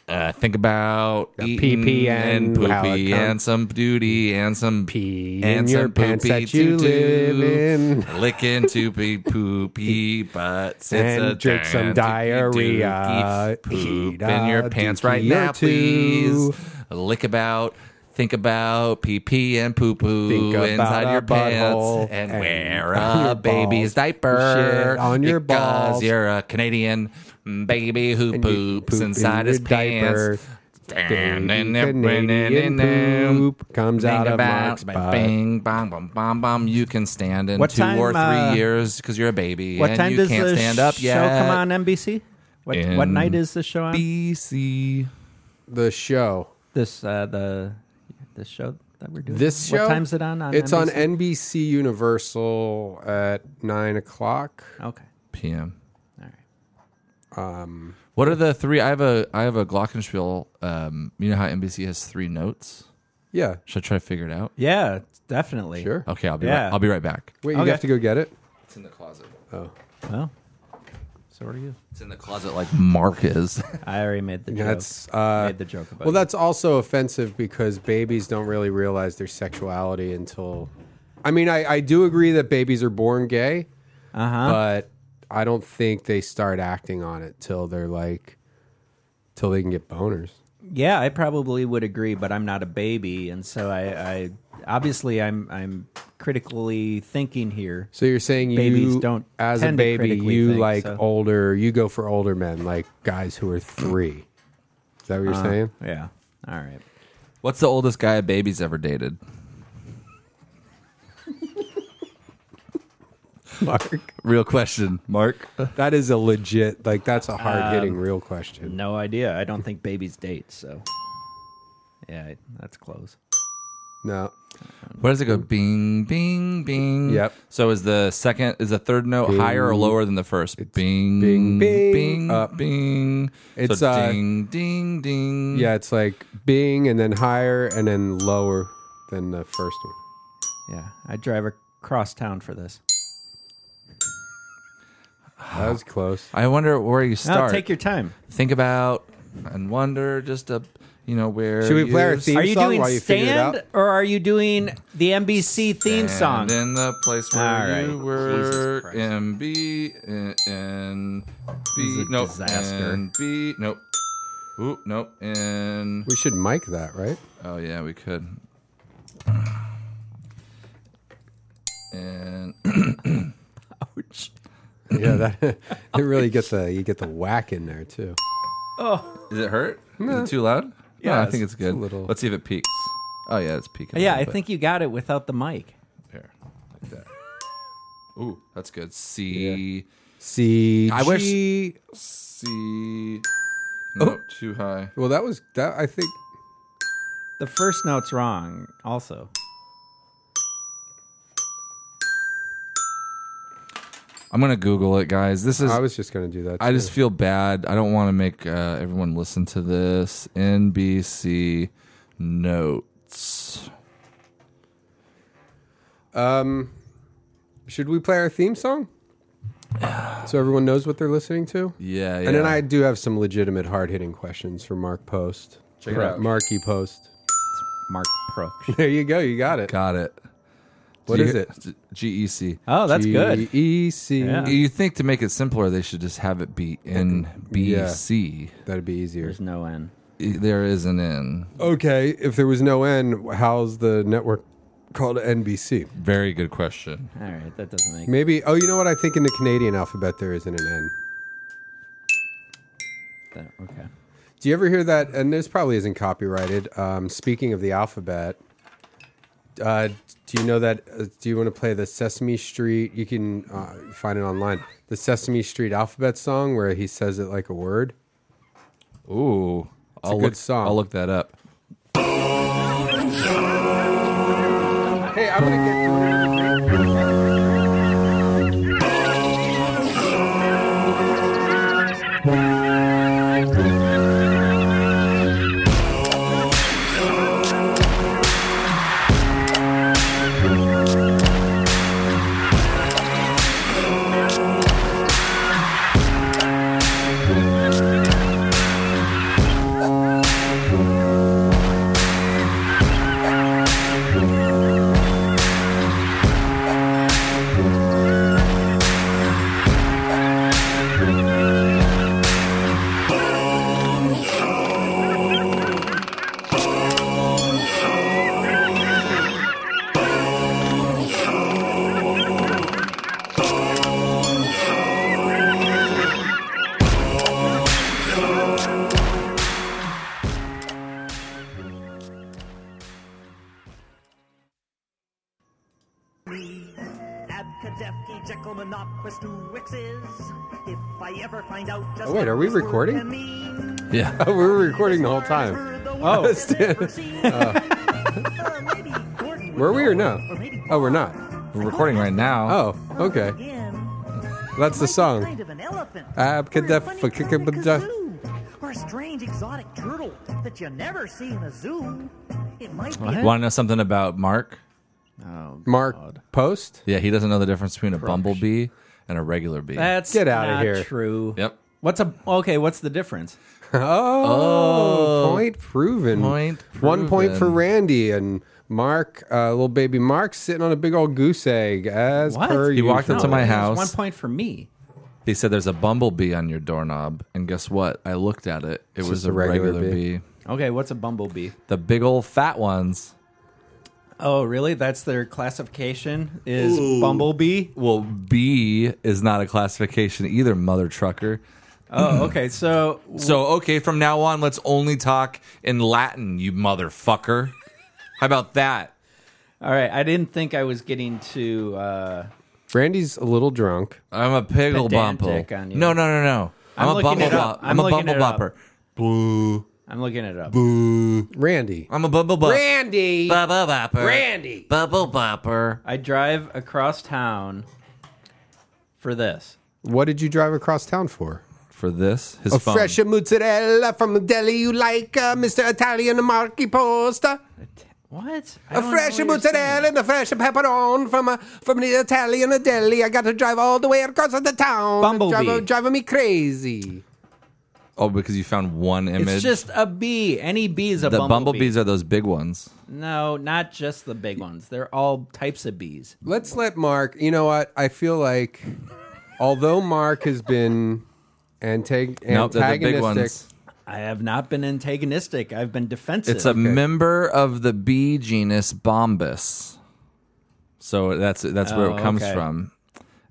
Speaker 2: uh, think about eating
Speaker 3: pee-pee
Speaker 2: and
Speaker 3: and how it
Speaker 2: poopy
Speaker 3: come-
Speaker 2: and some duty and some
Speaker 3: Pee in
Speaker 2: and
Speaker 3: your
Speaker 2: some
Speaker 3: pants
Speaker 2: poopy
Speaker 3: that you
Speaker 2: too-too.
Speaker 3: live
Speaker 2: licking toopy poopy butts it's
Speaker 3: And
Speaker 2: a
Speaker 3: drink some
Speaker 2: dandy-dookie.
Speaker 3: diarrhea.
Speaker 2: poop
Speaker 3: Eat
Speaker 2: in your
Speaker 3: a
Speaker 2: pants
Speaker 3: dookie
Speaker 2: right
Speaker 3: or
Speaker 2: now
Speaker 3: two.
Speaker 2: please lick about. Think about pee pee and poo poo
Speaker 3: Think about
Speaker 2: inside
Speaker 3: a
Speaker 2: your pants
Speaker 3: butthole
Speaker 2: and,
Speaker 3: and
Speaker 2: wear
Speaker 3: on
Speaker 2: a
Speaker 3: your
Speaker 2: baby's
Speaker 3: balls.
Speaker 2: diaper
Speaker 3: Shit on your
Speaker 2: because
Speaker 3: balls.
Speaker 2: you're a Canadian baby who
Speaker 3: And you
Speaker 2: poops
Speaker 3: poop
Speaker 2: inside
Speaker 3: in
Speaker 2: his
Speaker 3: your
Speaker 2: pants.
Speaker 3: diaper.
Speaker 2: And then
Speaker 3: Baby Canadian poop comes out of Mark's butt.
Speaker 2: bing bong bom bom bom. You can stand in
Speaker 4: What
Speaker 2: two or three
Speaker 4: time, uh,
Speaker 2: years because you're a baby
Speaker 4: What
Speaker 2: and
Speaker 4: time
Speaker 2: you
Speaker 4: does
Speaker 2: can't
Speaker 4: the
Speaker 2: stand up
Speaker 4: show
Speaker 2: yet.
Speaker 4: come on NBC? What, what
Speaker 2: In
Speaker 4: night is the show on?
Speaker 2: BC.
Speaker 3: The show.
Speaker 4: this uh, the this show that we're doing.
Speaker 3: This show.
Speaker 4: What time's it on? on
Speaker 3: it's on
Speaker 4: NBC?
Speaker 3: NBC Universal at nine o'clock.
Speaker 4: Okay.
Speaker 2: PM.
Speaker 4: All right.
Speaker 2: What are the three? I have a I have a Glockenspiel. Um, you know how NBC has three notes.
Speaker 3: Yeah,
Speaker 2: Should I try to figure it out?
Speaker 4: Yeah, definitely.
Speaker 3: sure.
Speaker 2: Okay, I'll be
Speaker 4: Yeah.
Speaker 2: right, I'll be right back.
Speaker 3: Wait, you
Speaker 4: Okay.
Speaker 3: have to go get it. Oh.
Speaker 2: It's in the closet.
Speaker 4: Well, so are you.
Speaker 2: It's in the closet like Mark is.
Speaker 4: I already made the joke.
Speaker 3: That's uh,
Speaker 4: made the joke about.
Speaker 3: well,
Speaker 4: you.
Speaker 3: that's also offensive because babies don't really realize their sexuality until. I mean, I, I do agree that babies are born gay,
Speaker 4: uh-huh.
Speaker 3: but I don't think they start acting on it till they're like, till they can get boners.
Speaker 4: Yeah, I probably would agree, but I'm not a baby, and so I, I obviously I'm I'm critically thinking here.
Speaker 3: So you're saying you,
Speaker 4: Babies don't
Speaker 3: as a
Speaker 4: tend to
Speaker 3: baby,
Speaker 4: critically
Speaker 3: you
Speaker 4: think,
Speaker 3: like
Speaker 4: so-
Speaker 3: older, you go for older men, like guys who are three. Is that what you're
Speaker 4: Uh-huh.
Speaker 3: saying?
Speaker 4: Yeah. All right.
Speaker 2: What's the oldest guy a baby's ever dated?
Speaker 3: Mark,
Speaker 2: Real question, Mark.
Speaker 3: that is a legit, like that's a hard
Speaker 4: Um,
Speaker 3: hitting real question.
Speaker 4: No idea. I don't think babies date, so yeah, that's close.
Speaker 3: No,
Speaker 2: Where does it go? Bing, bing, bing.
Speaker 3: Yep.
Speaker 2: So is the second, is the third note higher or lower than the first? Bing,
Speaker 3: bing, bing,
Speaker 2: bing,
Speaker 3: up.
Speaker 2: bing.
Speaker 3: It's,
Speaker 2: so
Speaker 3: uh,
Speaker 2: ding, ding, ding.
Speaker 3: Yeah, it's like Bing and then higher and then lower than the first one.
Speaker 4: Yeah, I drive across town for this.
Speaker 3: That was close.
Speaker 2: I wonder where you
Speaker 4: No,
Speaker 2: start.
Speaker 4: take your time.
Speaker 2: Think about and wonder just a. you know where
Speaker 3: Should we play our
Speaker 2: you
Speaker 3: theme
Speaker 4: Are you
Speaker 3: song
Speaker 4: doing
Speaker 3: while you figure it
Speaker 4: stand
Speaker 3: out?
Speaker 4: or are you doing the NBC theme song?
Speaker 2: stand in the place where
Speaker 4: All right.
Speaker 2: you
Speaker 4: Jesus
Speaker 2: were
Speaker 4: Christ.
Speaker 2: in B in, in
Speaker 4: This
Speaker 2: B
Speaker 4: is a
Speaker 2: no
Speaker 4: disaster.
Speaker 2: in B no Ooh, no in
Speaker 3: We should mic that, right?
Speaker 2: oh yeah we could and
Speaker 4: Ouch.
Speaker 3: Yeah, that it really gets the you get the whack in there too.
Speaker 4: Oh,
Speaker 2: Is it hurt? Is it too loud?
Speaker 4: Yeah,
Speaker 2: no, I think it's good.
Speaker 3: little-
Speaker 2: Let's see if it peaks. Oh yeah, it's peaking. a
Speaker 4: Yeah,
Speaker 2: little
Speaker 4: I
Speaker 2: bit.
Speaker 4: think you got it without the mic.
Speaker 2: There, like that. Ooh, that's good. C
Speaker 3: C
Speaker 2: I wish-
Speaker 3: G-
Speaker 4: Oh.
Speaker 2: C. No, too high.
Speaker 3: Well, that was that. I think
Speaker 4: The first note's wrong also.
Speaker 2: I'm gonna Google it, guys. This is.
Speaker 3: I
Speaker 2: I,
Speaker 3: was just gonna do that. too.
Speaker 2: just feel bad. I don't want to make uh, everyone listen to this. NBC notes.
Speaker 3: um, should we play our theme song? So everyone knows what they're listening to.
Speaker 2: Yeah, yeah.
Speaker 3: And then I do have some legitimate hard hitting questions for Mark Post.
Speaker 2: Check it out.
Speaker 3: Marky Post.
Speaker 4: Mark Proch.
Speaker 3: There you go. You got it.
Speaker 2: got it. E
Speaker 3: What is it?
Speaker 2: GEC.
Speaker 4: Oh, that's good.
Speaker 3: E C.
Speaker 4: Yeah.
Speaker 2: E You think to make it simpler, they should just have it be NBC.
Speaker 3: That'd be easier.
Speaker 4: There's no N.
Speaker 2: There is an N.
Speaker 3: Okay. If there was no N, how's the network called NBC?
Speaker 2: Very good question.
Speaker 4: All right, that doesn't make
Speaker 3: Maybe. Oh, you know what? I think in the Canadian alphabet there isn't an N.
Speaker 4: that. Okay.
Speaker 3: Do you ever hear that? And this probably isn't copyrighted. Um, speaking of the alphabet, uh, do you know that? Uh, do you want to play the Sesame Street? You can uh, find it online. The Sesame Street alphabet song where he says it like a word.
Speaker 2: Ooh, it's
Speaker 3: a
Speaker 2: I'll
Speaker 3: good
Speaker 2: look,
Speaker 3: song.
Speaker 2: I'll look that up.
Speaker 3: Hey, I'm gonna get.
Speaker 7: Abkadefki, Jekyll, Monoquist, two Wixes. If I ever find out just
Speaker 3: Oh, wait, are we recording?
Speaker 2: Yeah.
Speaker 3: We were recording the whole time.
Speaker 7: Oh,
Speaker 3: Were we or no? Oh, we're not.
Speaker 2: We're recording right now.
Speaker 3: Oh, okay. That's the song.
Speaker 7: Kind of an elephant.
Speaker 3: Abkadef-
Speaker 7: Or a funny
Speaker 3: kakabda-
Speaker 7: kazoo. Or a strange exotic turtle that you never see in a zoo. It might be.
Speaker 2: Want to know something about Mark?
Speaker 4: Oh,
Speaker 3: Mark Post.
Speaker 2: Yeah, he doesn't know the difference between a bumblebee and a regular bee.
Speaker 4: that's
Speaker 3: Get outta
Speaker 4: not
Speaker 3: here.
Speaker 4: True.
Speaker 2: yep.
Speaker 4: What's a okay? What's the difference?
Speaker 3: Oh, point proven.
Speaker 2: Point
Speaker 3: One point for
Speaker 2: proven.
Speaker 3: Randy and Mark, uh, little baby Mark, sitting on a big old goose egg as
Speaker 4: What?
Speaker 3: per
Speaker 4: He
Speaker 3: usual.
Speaker 2: walked up to my
Speaker 4: there's
Speaker 2: house.
Speaker 4: One point for me.
Speaker 2: They said there's a bumblebee on your doorknob, and guess what? I looked at it. It was
Speaker 3: just
Speaker 2: a
Speaker 3: a regular
Speaker 2: regular, bee.
Speaker 4: Okay, what's a bumblebee?
Speaker 2: The big old fat ones.
Speaker 4: Oh, really? That's their classification is bumblebee.
Speaker 2: Well, bee is not a classification either, mother trucker.
Speaker 4: Oh,
Speaker 2: Mm.
Speaker 4: okay. So
Speaker 2: So, okay, from now on, let's only talk in Latin, you motherfucker. How about that?
Speaker 4: all right, I didn't think I was getting to. Uh,
Speaker 3: Randy's a little drunk.
Speaker 2: I'm a piggle
Speaker 4: Pedantic
Speaker 2: bumple.
Speaker 4: on you.
Speaker 2: No, no, no, no. I'm,
Speaker 4: I'm
Speaker 2: a
Speaker 4: looking
Speaker 2: bumble
Speaker 4: it up.
Speaker 2: bop. I'm,
Speaker 4: I'm
Speaker 2: a
Speaker 4: looking
Speaker 2: bumble
Speaker 4: it up.
Speaker 2: bopper. Boo.
Speaker 4: I'm looking it up.
Speaker 3: Randy.
Speaker 2: I'm a bumble bop.
Speaker 3: Randy.
Speaker 2: Bubble bopper. Randy. Bubble bopper.
Speaker 4: I drive across town for this.
Speaker 3: What did you drive across town for?
Speaker 2: For this, his
Speaker 3: A
Speaker 2: phone.
Speaker 3: fresh mozzarella from the deli you like, uh, Mr. Italian Marchi Posta.
Speaker 4: What? I
Speaker 3: A
Speaker 4: don't
Speaker 3: fresh
Speaker 4: know what you're
Speaker 3: mozzarella and a fresh pepperoni from uh, from the Italian deli. I got to drive all the way across the town.
Speaker 4: Bumblebee.
Speaker 3: Drive- driving me crazy.
Speaker 2: Oh, because you found one image.
Speaker 4: It's just a bee. Any bee is a
Speaker 2: the
Speaker 4: bumblebee.
Speaker 2: bumblebees are those big ones.
Speaker 4: no, not just the big ones. They're all types of bees.
Speaker 3: Let's let Mark. You know what? I feel like, although Mark has been antag-
Speaker 2: Nope, they're the
Speaker 3: antagonistic,
Speaker 2: big ones.
Speaker 4: I have not been antagonistic. I've been defensive.
Speaker 2: It's a member of the bee genus Bombus. So that's that's where
Speaker 4: Oh,
Speaker 2: it comes
Speaker 4: okay. Ah.
Speaker 2: from.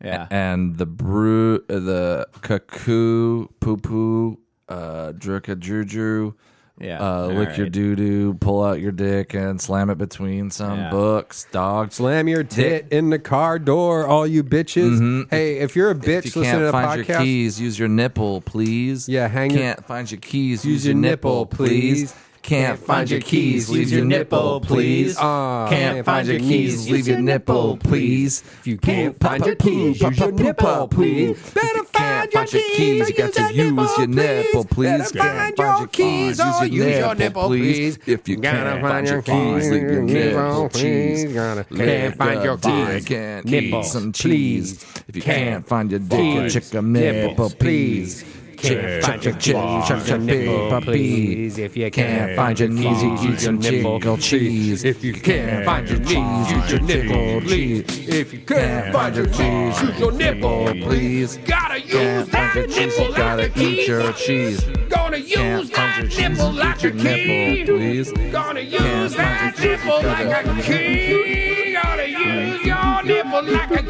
Speaker 4: yeah.
Speaker 2: And the brew, uh, the cuckoo, poo poo, uh, jerka juju,
Speaker 4: Yeah,
Speaker 2: uh,
Speaker 4: all
Speaker 2: lick your
Speaker 4: right.
Speaker 2: doo doo, pull out your dick and slam it between some
Speaker 4: Yeah.
Speaker 2: books, dog.
Speaker 3: Slam your tit in the car door, all you bitches. Hey, if you're a bitch,
Speaker 2: Mm-hmm. If you
Speaker 3: listen to
Speaker 2: can't
Speaker 3: the
Speaker 2: find your
Speaker 3: podcast.
Speaker 2: keys, use your nipple, please.
Speaker 3: Yeah, hang your-
Speaker 2: Can't find your keys, use your nipple, please. Can't find your keys, leave your nipple, please.
Speaker 3: Ah.
Speaker 2: Can't find your keys, leave your nipple, please. If
Speaker 3: you can't find your keys, use your nipple, please.
Speaker 2: If you
Speaker 3: Better
Speaker 2: can't
Speaker 3: find your keys,
Speaker 2: You got
Speaker 3: use
Speaker 2: to
Speaker 3: your
Speaker 2: use your
Speaker 3: nipple,
Speaker 2: nipple,
Speaker 3: please.
Speaker 2: please.
Speaker 3: Better
Speaker 2: Can't
Speaker 3: find your keys, or use your nipple, please.
Speaker 2: If you
Speaker 3: Gotta
Speaker 2: can't find your keys, leave your nipple, please. Can't find your keys, can't nipple, some cheese. If you can't find your dick, check a nipple, please. Can't find your cheese, check your nipple, please. If you can't find your knees, you eat some jingle cheese. If you can't find your knees, use your nipple, please. If you can't find your cheese, use your nipple, please.
Speaker 6: Gotta use
Speaker 2: Can't
Speaker 6: that
Speaker 2: find your cheese,
Speaker 6: nipple
Speaker 2: you gotta
Speaker 6: like a
Speaker 2: eat
Speaker 6: key.
Speaker 2: your cheese.
Speaker 6: Gonna
Speaker 2: Can't
Speaker 6: use
Speaker 2: find
Speaker 6: that
Speaker 2: your cheese,
Speaker 6: nipple
Speaker 2: eat
Speaker 6: like
Speaker 2: your
Speaker 6: a
Speaker 2: nipple,
Speaker 6: key.
Speaker 2: please.
Speaker 6: Gonna
Speaker 2: Can't
Speaker 6: use
Speaker 2: find
Speaker 6: that
Speaker 2: your
Speaker 6: nipple
Speaker 2: cheese, you
Speaker 6: like
Speaker 2: gotta-
Speaker 6: a key. Gonna use your nipple like a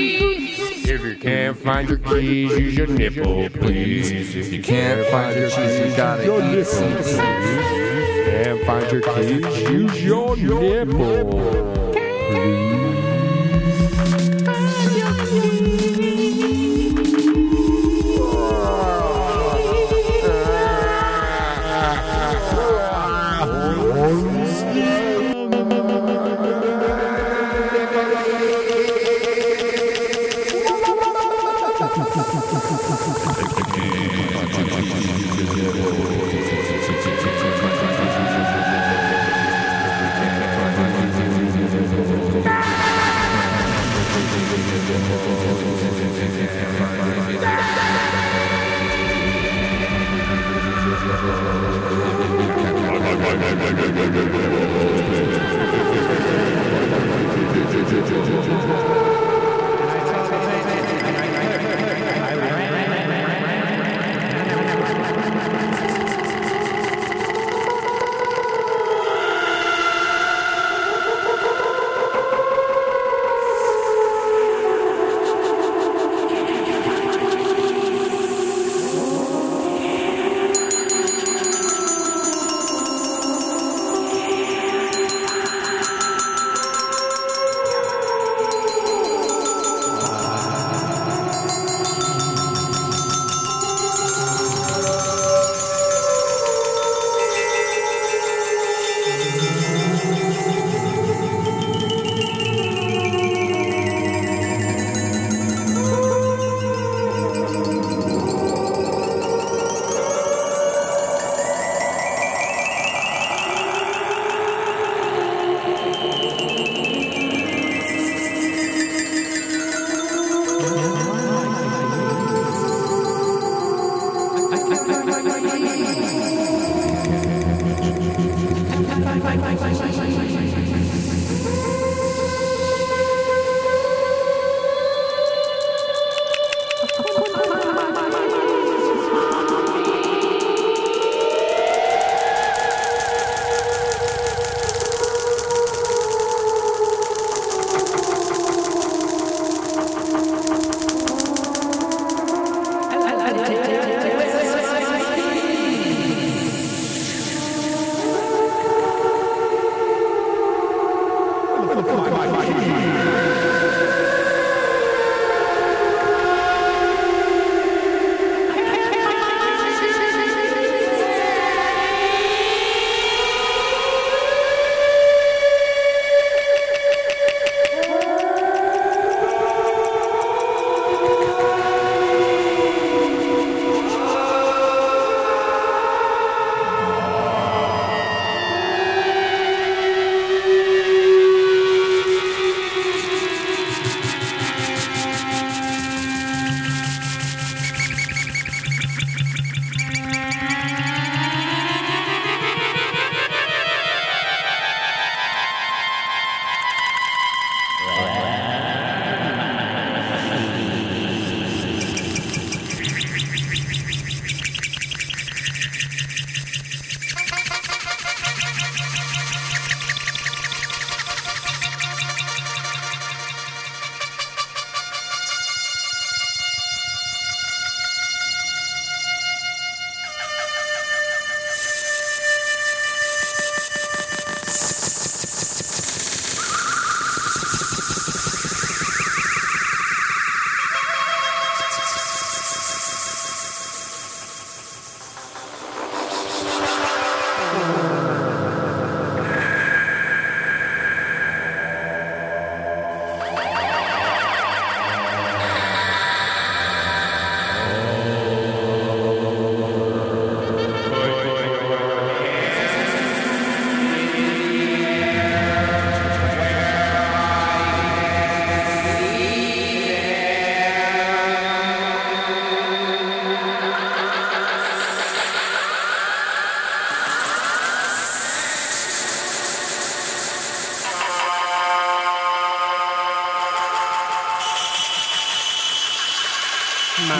Speaker 6: key.
Speaker 3: If you can't find your keys, use your nipple, please. If you
Speaker 2: Can't find your cheese, you gotta eat some cheese.
Speaker 3: can't find your keys, use your nipple.
Speaker 8: Thank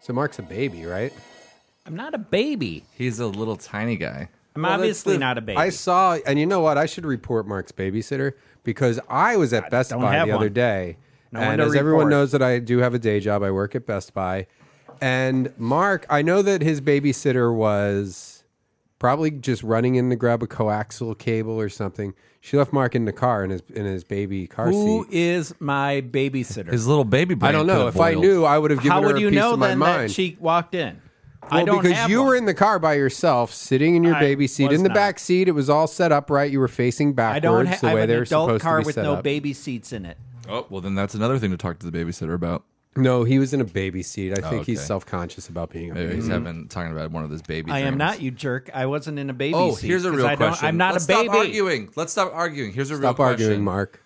Speaker 3: So Mark's a baby, right?
Speaker 4: I'm not a baby.
Speaker 2: He's a little tiny guy.
Speaker 4: I'm
Speaker 3: Well, that's
Speaker 4: obviously
Speaker 3: the-
Speaker 4: not a baby.
Speaker 3: I saw, and you know what? I should report Mark's babysitter because I was at Best
Speaker 4: don't
Speaker 3: Buy
Speaker 4: have
Speaker 3: the other
Speaker 4: one.
Speaker 3: day.
Speaker 4: No one
Speaker 3: and
Speaker 4: to
Speaker 3: as everyone
Speaker 4: report.
Speaker 3: knows that I do have a day job, I work at Best Buy. And Mark, I know that his babysitter was probably just running in to grab a coaxial cable or something. She left Mark in the car in his in his baby car
Speaker 4: Who
Speaker 3: seat.
Speaker 4: is my babysitter?
Speaker 2: His little baby brain.
Speaker 3: I don't know.
Speaker 2: could've
Speaker 3: If I
Speaker 2: boiled.
Speaker 3: knew, I would have given
Speaker 4: How
Speaker 3: her
Speaker 4: would
Speaker 3: a
Speaker 4: you
Speaker 3: piece
Speaker 4: know
Speaker 3: of my
Speaker 4: then
Speaker 3: mind.
Speaker 4: that she walked in?
Speaker 3: Well,
Speaker 4: I don't
Speaker 3: because
Speaker 4: have
Speaker 3: you
Speaker 4: one.
Speaker 3: were in the car by yourself, sitting in your
Speaker 4: I
Speaker 3: baby seat
Speaker 4: was
Speaker 3: in the
Speaker 4: not.
Speaker 3: back seat. It was all set up right. You were facing
Speaker 4: I
Speaker 3: backwards
Speaker 4: don't ha-
Speaker 3: the
Speaker 4: I
Speaker 3: way
Speaker 4: have
Speaker 3: they
Speaker 4: an
Speaker 3: were
Speaker 4: adult
Speaker 3: supposed
Speaker 4: car
Speaker 3: to be
Speaker 4: with
Speaker 3: set
Speaker 4: no
Speaker 3: up.
Speaker 4: baby seats in it.
Speaker 2: Oh, well, then that's another thing to talk to the babysitter about.
Speaker 3: No, he was in a baby seat. I think he's
Speaker 2: okay.
Speaker 3: self-conscious about being a
Speaker 2: Maybe
Speaker 3: baby.
Speaker 2: he's having talking about one of his baby.
Speaker 4: Mm-hmm. I am
Speaker 2: dreams.
Speaker 4: not, you jerk. I wasn't in a baby
Speaker 2: Oh,
Speaker 4: seat.
Speaker 2: here's a
Speaker 4: 'cause
Speaker 2: real
Speaker 4: I don't-
Speaker 2: question.
Speaker 4: I'm not
Speaker 2: Let's
Speaker 4: a baby.
Speaker 2: Stop arguing. Let's stop arguing. Here's a real
Speaker 3: Stop
Speaker 2: question.
Speaker 3: arguing, Mark.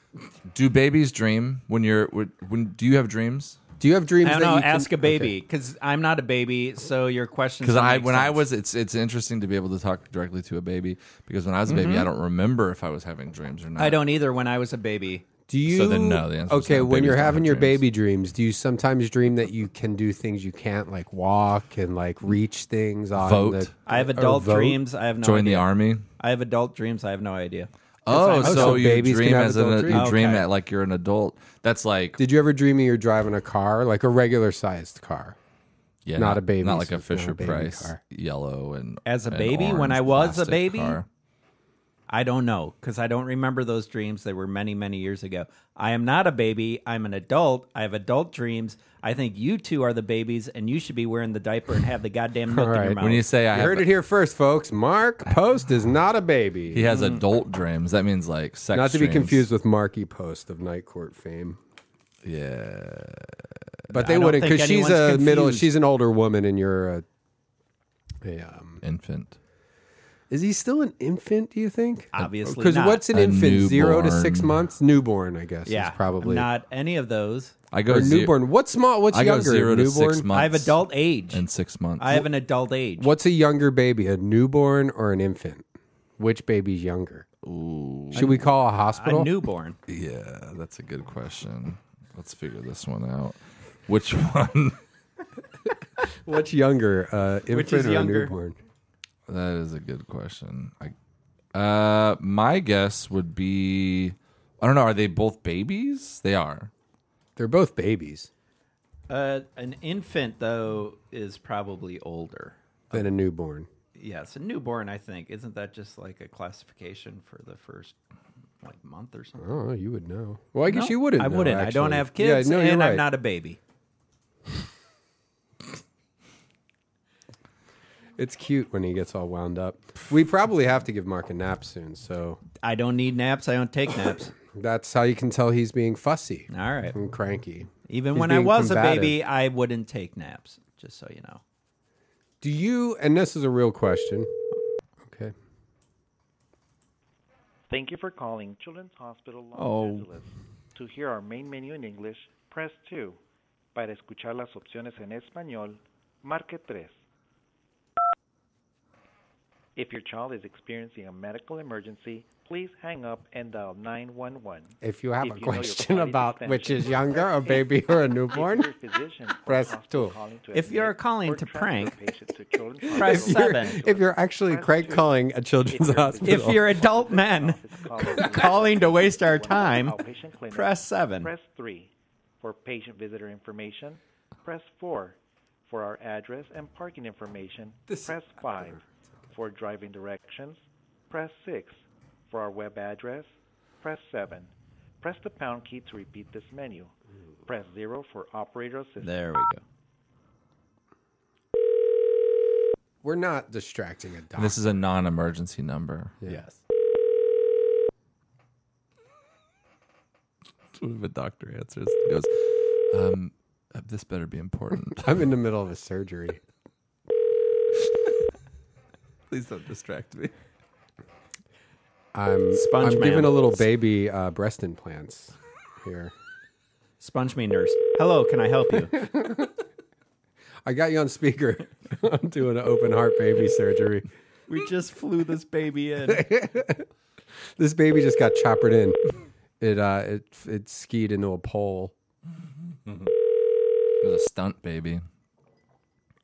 Speaker 2: Do babies dream when you're when, when do you have dreams?
Speaker 3: Do you have dreams?
Speaker 4: I don't
Speaker 3: that
Speaker 4: know.
Speaker 3: you can-
Speaker 4: Ask a baby because I'm not a baby. So your question.
Speaker 2: Because I when I was it's it's interesting to be able to talk directly to a baby because when I was a baby I don't remember if I was having dreams or not.
Speaker 4: Mm-hmm. I don't either. When I was a baby,
Speaker 3: Do you?
Speaker 2: So then no, the answer is
Speaker 3: okay,
Speaker 2: no,
Speaker 3: when
Speaker 2: babies
Speaker 3: you're
Speaker 2: don't
Speaker 3: having
Speaker 2: have
Speaker 3: your
Speaker 2: dreams.
Speaker 3: baby dreams, do you sometimes dream that you can do things you can't, like walk and like reach things on
Speaker 2: Vote.
Speaker 3: the-
Speaker 4: I have
Speaker 3: or
Speaker 4: adult
Speaker 3: Oh, vote?
Speaker 4: dreams. I have no
Speaker 2: join
Speaker 4: idea.
Speaker 2: the army.
Speaker 4: I have adult dreams. I have no idea.
Speaker 2: Oh, so,
Speaker 3: Oh, so
Speaker 2: you
Speaker 3: babies can
Speaker 2: dream
Speaker 3: have
Speaker 2: as an
Speaker 3: adult
Speaker 2: you
Speaker 3: dreams.
Speaker 2: dream
Speaker 4: Okay.
Speaker 2: at like you're an adult. That's like
Speaker 3: Did you ever dream that you're driving a car, like a regular sized car?
Speaker 2: yeah,
Speaker 3: not a baby,
Speaker 2: not like
Speaker 3: so
Speaker 2: a
Speaker 3: it's not a
Speaker 2: Fisher
Speaker 3: baby
Speaker 2: Price
Speaker 3: car.
Speaker 2: yellow and
Speaker 4: As a
Speaker 2: and
Speaker 4: baby, when
Speaker 2: orange
Speaker 4: I was a
Speaker 2: plastic
Speaker 4: baby?
Speaker 2: car.
Speaker 4: I don't know because I don't remember those dreams. They were many, many years ago. I am not a baby. I'm an adult. I have adult dreams. I think you two are the babies, and you should be wearing the diaper and have the goddamn milk in
Speaker 3: right.
Speaker 4: your mouth.
Speaker 2: When you say I
Speaker 3: You
Speaker 2: have
Speaker 3: heard it here first, folks. Mark Post is not a baby.
Speaker 2: he has adult dreams, that means like sex.
Speaker 3: Not to be
Speaker 2: dreams.
Speaker 3: confused with Marky Post of Night Court fame.
Speaker 2: Yeah.
Speaker 3: But they
Speaker 4: don't
Speaker 3: wouldn't
Speaker 4: think
Speaker 3: because she's a
Speaker 4: anyone's
Speaker 3: middle.
Speaker 4: confused.
Speaker 3: She's an older woman, and you're a. a um,
Speaker 2: Infant.
Speaker 3: is he still an infant? Do you think?
Speaker 4: Obviously
Speaker 3: because
Speaker 4: not.
Speaker 3: what's an
Speaker 2: A
Speaker 3: infant? Zero to
Speaker 2: newborn.
Speaker 3: six months, newborn. I guess.
Speaker 4: yeah,
Speaker 3: is probably
Speaker 4: not any of those.
Speaker 2: I go
Speaker 3: or
Speaker 2: ze-
Speaker 3: newborn. What's small? What's
Speaker 2: I go
Speaker 3: younger?
Speaker 2: zero to
Speaker 3: newborn.
Speaker 2: six months.
Speaker 4: I have adult age.
Speaker 2: and six months.
Speaker 4: I have an adult age.
Speaker 3: What's a younger baby? A newborn or an infant? Which baby's younger? Should we call a hospital?
Speaker 4: A newborn.
Speaker 2: Yeah, that's a good question. Let's figure this one out. Which one?
Speaker 3: What's younger? Uh, infant
Speaker 4: is
Speaker 3: or
Speaker 4: younger?
Speaker 3: newborn?
Speaker 2: that is a good question. I, uh, my guess would be, I don't know. Are they both babies? They are.
Speaker 3: They're both babies.
Speaker 4: Uh, an infant, though, is probably older.
Speaker 3: Than a newborn.
Speaker 4: Yes, a newborn, I think. Isn't that just like a classification for the first like month or something?
Speaker 3: Oh, you would know. Well, I guess you
Speaker 4: No,
Speaker 3: wouldn't.
Speaker 4: I
Speaker 3: know,
Speaker 4: wouldn't. I don't
Speaker 3: actually.
Speaker 4: have kids,
Speaker 3: Yeah, no, you're
Speaker 4: and
Speaker 3: right.
Speaker 4: I'm not a baby.
Speaker 3: It's cute when he gets all wound up. We probably have to give Mark a nap soon, so
Speaker 4: I don't need naps. I don't take naps.
Speaker 3: that's how you can tell he's being fussy
Speaker 4: All right.
Speaker 3: and cranky.
Speaker 4: Even
Speaker 3: He's
Speaker 4: when I
Speaker 3: being
Speaker 4: was
Speaker 3: combative.
Speaker 4: a baby, I wouldn't take naps. Just so you know.
Speaker 3: Do you? And this is a real question. Okay.
Speaker 8: Thank you for calling Children's Hospital Los
Speaker 4: Oh.
Speaker 8: Angeles. To hear our main menu in English, press 2. Para escuchar las opciones en español, marque 3. If your child is experiencing a medical emergency, please hang up and dial 911.
Speaker 3: If you have
Speaker 8: If
Speaker 3: a
Speaker 8: you know your
Speaker 3: question
Speaker 8: body's
Speaker 3: about which is
Speaker 8: extension,
Speaker 3: younger, a
Speaker 8: press
Speaker 3: baby
Speaker 8: eight.
Speaker 3: or a
Speaker 8: If you're
Speaker 3: newborn,
Speaker 8: a physician or
Speaker 3: press
Speaker 8: hospital
Speaker 3: 2.
Speaker 8: calling to
Speaker 4: If you're
Speaker 8: admit
Speaker 4: calling
Speaker 8: or
Speaker 4: to
Speaker 8: transfer
Speaker 4: prank,
Speaker 8: patient to Children's
Speaker 4: press
Speaker 8: Hospital
Speaker 4: seven.
Speaker 8: Los
Speaker 3: if you're
Speaker 8: Angeles,
Speaker 3: actually
Speaker 8: press
Speaker 3: Craig
Speaker 8: two.
Speaker 3: calling a children's
Speaker 8: If you're-
Speaker 3: hospital,
Speaker 4: If you're adult men calling to waste our time,
Speaker 8: Outpatient clinic,
Speaker 4: press seven.
Speaker 8: Press three for patient visitor information. Press four for our address and parking information. press five for driving directions. Press six for our web address. Press seven. Press the pound key to repeat this menu. Press zero for operator assistance.
Speaker 4: there we go.
Speaker 3: we're not distracting a doctor.
Speaker 2: This is a non-emergency number.
Speaker 3: yes.
Speaker 2: If a doctor answers, he goes, um, uh, "This better be important.
Speaker 3: I'm in the middle of a surgery.
Speaker 2: Please don't distract me."
Speaker 3: I'm
Speaker 4: Sponge
Speaker 3: I'm
Speaker 4: man.
Speaker 3: giving a little baby uh, breast implants here.
Speaker 4: Sponge me, nurse. Hello, can I help you?
Speaker 3: I got you on speaker. I'm doing an open heart baby surgery.
Speaker 4: we just flew this baby in.
Speaker 3: This baby just got choppered in. It uh it it skied into a pole.
Speaker 2: It was a stunt baby.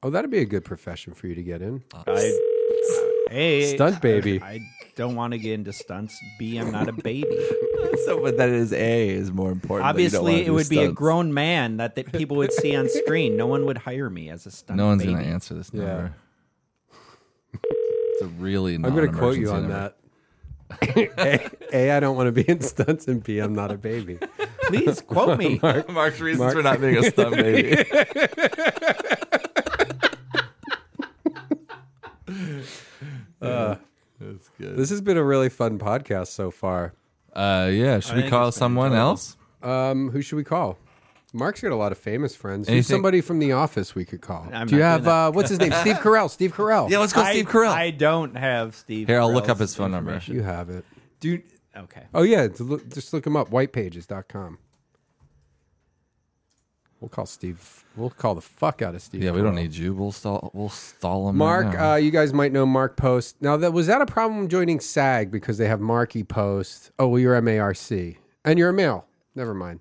Speaker 3: Oh, that'd be a good profession for you to get in.
Speaker 4: Uh, I, hey,
Speaker 3: Stunt baby.
Speaker 4: I don't want to get into stunts. B, I'm not a baby.
Speaker 2: so, but that is A is more important. that you don't wanna
Speaker 4: Obviously, it
Speaker 2: do
Speaker 4: would be a
Speaker 2: stunts.
Speaker 4: grown man that, that people would see on screen. No one would hire me as a stunt.
Speaker 2: No one's
Speaker 4: baby.
Speaker 2: going to answer this number. It's a really.
Speaker 3: I'm going to quote you
Speaker 2: non-emergency
Speaker 3: on
Speaker 2: number.
Speaker 3: that. A, A, I don't want to be in stunts, and B, I'm not a baby.
Speaker 4: Please quote me.
Speaker 2: Mark's reasons for not being a stunt baby. That's good.
Speaker 3: This has been a really fun podcast so far.
Speaker 2: Uh, yeah. Should we
Speaker 4: think
Speaker 2: call
Speaker 4: it's been
Speaker 2: someone
Speaker 4: enjoyable.
Speaker 2: else?
Speaker 3: Um, who should we call? Mark's got a lot of famous friends. Who's
Speaker 2: Anything-
Speaker 3: somebody from The Office we could call?
Speaker 4: I'm
Speaker 3: Do you
Speaker 4: not
Speaker 3: have
Speaker 4: doing
Speaker 3: uh, what's his name? Steve Carell. Steve Carell.
Speaker 2: Yeah, let's go,
Speaker 4: I-
Speaker 2: Steve Carell.
Speaker 4: I don't have Steve.
Speaker 2: Here, I'll look
Speaker 4: Carell's
Speaker 2: up his phone number.
Speaker 3: you have it.
Speaker 4: Dude, okay.
Speaker 3: Oh yeah, it's- look- just look him up. Whitepages.com. We'll call Steve. We'll call the fuck out of Steve.
Speaker 2: Yeah, we don't
Speaker 3: Carell.
Speaker 2: need you. We'll stall. We'll stall him.
Speaker 3: Mark,
Speaker 2: right now.
Speaker 3: uh, you guys might know Mark Post. Now, that was that a problem joining SAG because they have Marky Post? Oh, well, you're M A R C, and you're a male. Never mind.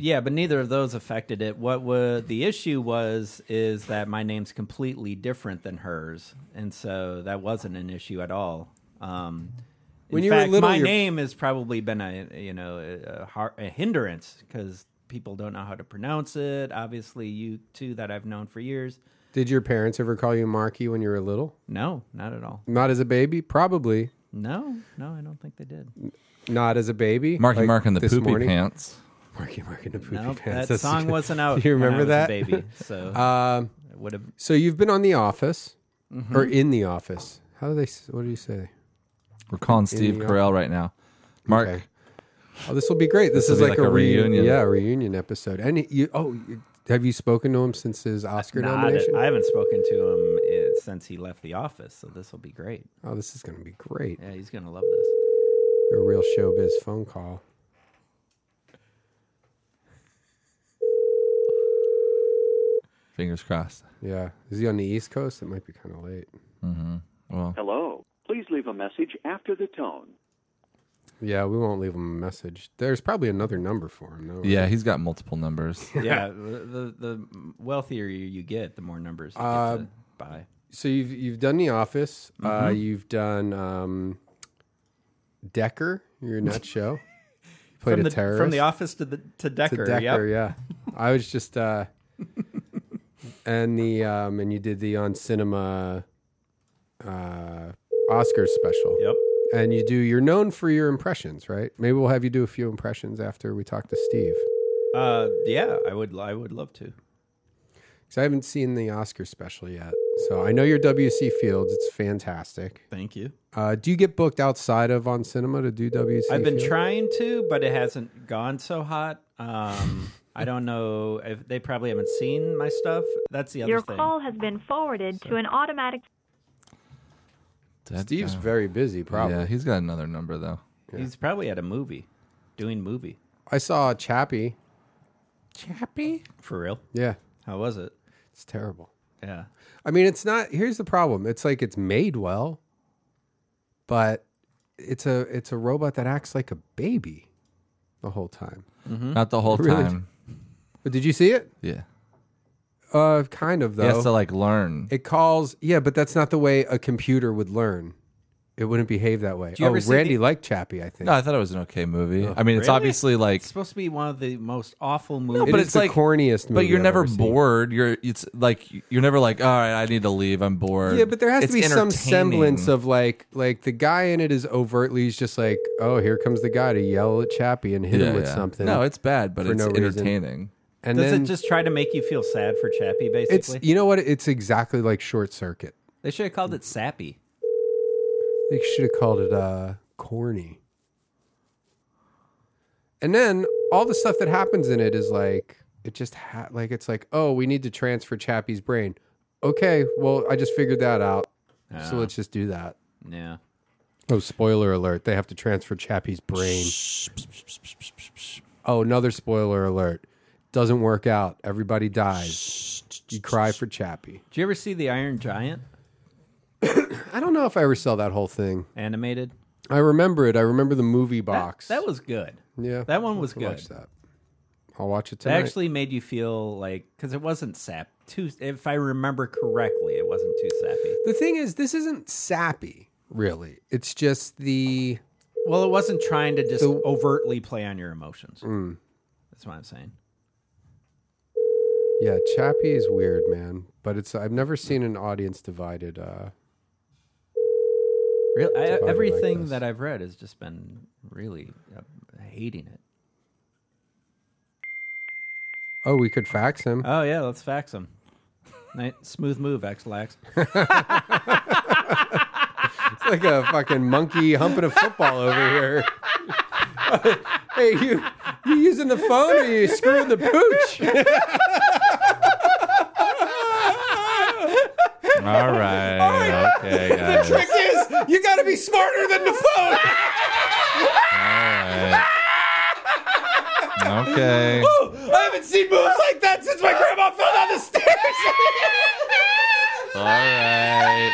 Speaker 4: Yeah, but neither of those affected it. What wa the issue was is that my name's completely different than hers, and so that wasn't an issue at all. Um, in
Speaker 3: When you were
Speaker 4: fact,
Speaker 3: little,
Speaker 4: my
Speaker 3: your-
Speaker 4: name has probably been a you know a, a, har- a hindrance because people don't know how to pronounce it. Obviously, you two that I've known for years,
Speaker 3: Did your parents ever call you Marky when you were little?
Speaker 4: no, not at all.
Speaker 3: Not as a baby, probably.
Speaker 4: No, no, I don't think they did.
Speaker 3: Not as a baby.
Speaker 2: Marky
Speaker 3: like
Speaker 2: Mark in the
Speaker 3: this
Speaker 2: poopy
Speaker 3: morning.
Speaker 2: pants.
Speaker 3: Marky Mark in the poopy
Speaker 4: No,
Speaker 3: pants.
Speaker 4: that
Speaker 3: That's-
Speaker 4: song wasn't out.
Speaker 3: You
Speaker 4: when I
Speaker 3: remember
Speaker 4: was a
Speaker 3: that?
Speaker 4: baby? So
Speaker 3: Um,
Speaker 4: it would have
Speaker 3: so you've been on The Office,
Speaker 2: Mm-hmm.
Speaker 3: or in The Office? How do they? s- What do you say?
Speaker 2: We're calling Steve
Speaker 3: the-
Speaker 2: Carell right now. Mark,
Speaker 3: Okay. Oh, this will be great. This,
Speaker 2: This
Speaker 3: is
Speaker 2: will be
Speaker 3: like,
Speaker 2: like
Speaker 3: a,
Speaker 2: a
Speaker 3: reunion.
Speaker 2: reunion.
Speaker 3: Yeah, a reunion episode. And you, oh, you- have you spoken to him since his Oscar
Speaker 4: Nah, I
Speaker 3: nomination?
Speaker 4: didn't- I haven't spoken to him eh, since he left the office, so this will be great.
Speaker 3: oh, this is going to be great.
Speaker 4: Yeah, he's gonna love this.
Speaker 3: A real showbiz phone call.
Speaker 2: fingers crossed.
Speaker 3: Yeah. Is he on the East Coast? It might be kind of late.
Speaker 2: Well,
Speaker 9: Hello. Please leave a message after the tone.
Speaker 3: Yeah, we won't leave him a message. There's probably another number for him. No?
Speaker 2: yeah, he's got multiple numbers.
Speaker 4: Yeah, the, the the wealthier you get, the more numbers you
Speaker 3: Uh,
Speaker 4: get to buy.
Speaker 3: So you've you've done The Office.
Speaker 2: Mm-hmm.
Speaker 3: Uh, you've done um, Decker. You're a nut show. You played
Speaker 4: From
Speaker 3: a
Speaker 4: the
Speaker 3: terrorist.
Speaker 4: from the office to the to
Speaker 3: to
Speaker 4: Decker. yep.
Speaker 3: Decker, yeah. I was just uh and the um and you did the on cinema uh Oscars special.
Speaker 4: Yep.
Speaker 3: And you do you're known for your impressions, right? Maybe we'll have you do a few impressions after we talk to Steve.
Speaker 4: Uh, yeah, I would I would love to.
Speaker 3: Cuz I haven't seen the Oscar special yet. So I know your WC Fields, it's fantastic.
Speaker 4: Thank you.
Speaker 3: Uh, do you get booked outside of on cinema to do WC?
Speaker 4: I've been
Speaker 3: Fields?
Speaker 4: trying to, but it hasn't gone so hot. Um, I don't know if they probably haven't seen my stuff. That's the other
Speaker 10: Your
Speaker 4: thing.
Speaker 10: call has been forwarded to an automatic
Speaker 2: Dead
Speaker 3: Steve's
Speaker 2: guy.
Speaker 3: very busy probably.
Speaker 2: uh, Yeah, he's got another number though.
Speaker 4: He's probably at a movie, doing movie
Speaker 3: I saw Chappie.
Speaker 2: Chappy.
Speaker 4: for real.
Speaker 3: Yeah.
Speaker 4: How was it?
Speaker 3: It's terrible.
Speaker 4: Yeah.
Speaker 3: I mean, it's not. Here's the problem. It's like it's made well, but it's a it's a robot that acts like a baby the whole time.
Speaker 4: Hmm?
Speaker 2: Not the whole
Speaker 3: Really?
Speaker 2: time.
Speaker 3: But did you see it?
Speaker 2: Yeah.
Speaker 3: Uh, kind of
Speaker 2: He has
Speaker 3: though.
Speaker 2: to like learn.
Speaker 3: it calls. Yeah, but that's not the way a computer would learn. It wouldn't behave that way.
Speaker 4: you
Speaker 3: oh,
Speaker 4: ever see
Speaker 3: Randy
Speaker 4: the-
Speaker 3: liked Chappie, I think.
Speaker 2: No, I thought it was an okay movie. I mean, it's
Speaker 4: Really?
Speaker 2: obviously like,
Speaker 4: It's supposed to be one of the most awful movies.
Speaker 3: It
Speaker 2: but
Speaker 3: is
Speaker 2: it's
Speaker 3: the
Speaker 2: like-
Speaker 3: corniest.
Speaker 2: but
Speaker 3: movie
Speaker 2: you're
Speaker 3: I've
Speaker 2: never
Speaker 3: ever seen.
Speaker 2: bored. You're it's like you're never like, all right, I need to leave. I'm bored.
Speaker 3: Yeah, but there has
Speaker 2: It's
Speaker 3: to be some
Speaker 2: entertaining.
Speaker 3: semblance of like like the guy in it is overtly he's just like, oh, here comes the guy to yell at Chappie and hit
Speaker 2: Yeah,
Speaker 3: him with
Speaker 2: yeah.
Speaker 3: something.
Speaker 2: No, it's bad, but
Speaker 3: for
Speaker 2: it's
Speaker 3: no reason.
Speaker 2: entertaining.
Speaker 3: and
Speaker 4: Does
Speaker 3: then
Speaker 4: it just try to make you feel sad for Chappie?
Speaker 3: It's
Speaker 4: Basically,
Speaker 3: you know what? It's exactly like Short Circuit.
Speaker 4: they should have called it Sappy.
Speaker 3: They should have called it uh, corny. And then all the stuff that happens in it is like it just ha- like it's like oh we need to transfer Chappie's brain. Okay, well I just figured that out, so let's just do that.
Speaker 4: Yeah.
Speaker 3: Ah. Oh, spoiler alert! They have to transfer Chappie's brain. Oh, another spoiler alert! Doesn't work out. Everybody dies. You cry for Chappie.
Speaker 4: Did you ever see the Iron Giant
Speaker 3: I don't know if I ever saw that whole thing.
Speaker 4: animated?
Speaker 3: I remember it. I remember the movie
Speaker 4: That-
Speaker 3: box.
Speaker 4: That, was good.
Speaker 3: yeah.
Speaker 4: that one was
Speaker 3: I'll watch
Speaker 4: good.
Speaker 3: that. I'll watch it
Speaker 4: It
Speaker 3: tonight.
Speaker 4: actually made you feel like because it wasn't sap too. If I remember correctly, it wasn't too sappy.
Speaker 3: The thing is, this isn't sappy, really. It's just the.
Speaker 4: Well, it wasn't trying to just overtly play on your emotions. That's what I'm saying.
Speaker 3: Yeah, Chappie is weird, man. But it's I've never seen an audience divided. Uh,
Speaker 4: Really, I,
Speaker 3: Divided like
Speaker 4: everything
Speaker 3: this.
Speaker 4: that I've read has just been really uh, hating it.
Speaker 3: oh, we could fax him.
Speaker 4: Oh yeah, let's fax him. Nice, smooth move, X Lax.
Speaker 3: It's like a fucking monkey humping a football over here. hey, you you using the phone or you screwing the pooch?
Speaker 2: All right. Okay, guys. All
Speaker 3: you got to be smarter than the phone.
Speaker 2: right. Okay.
Speaker 3: I haven't seen moves like that since my grandma fell down the stairs.
Speaker 2: All right.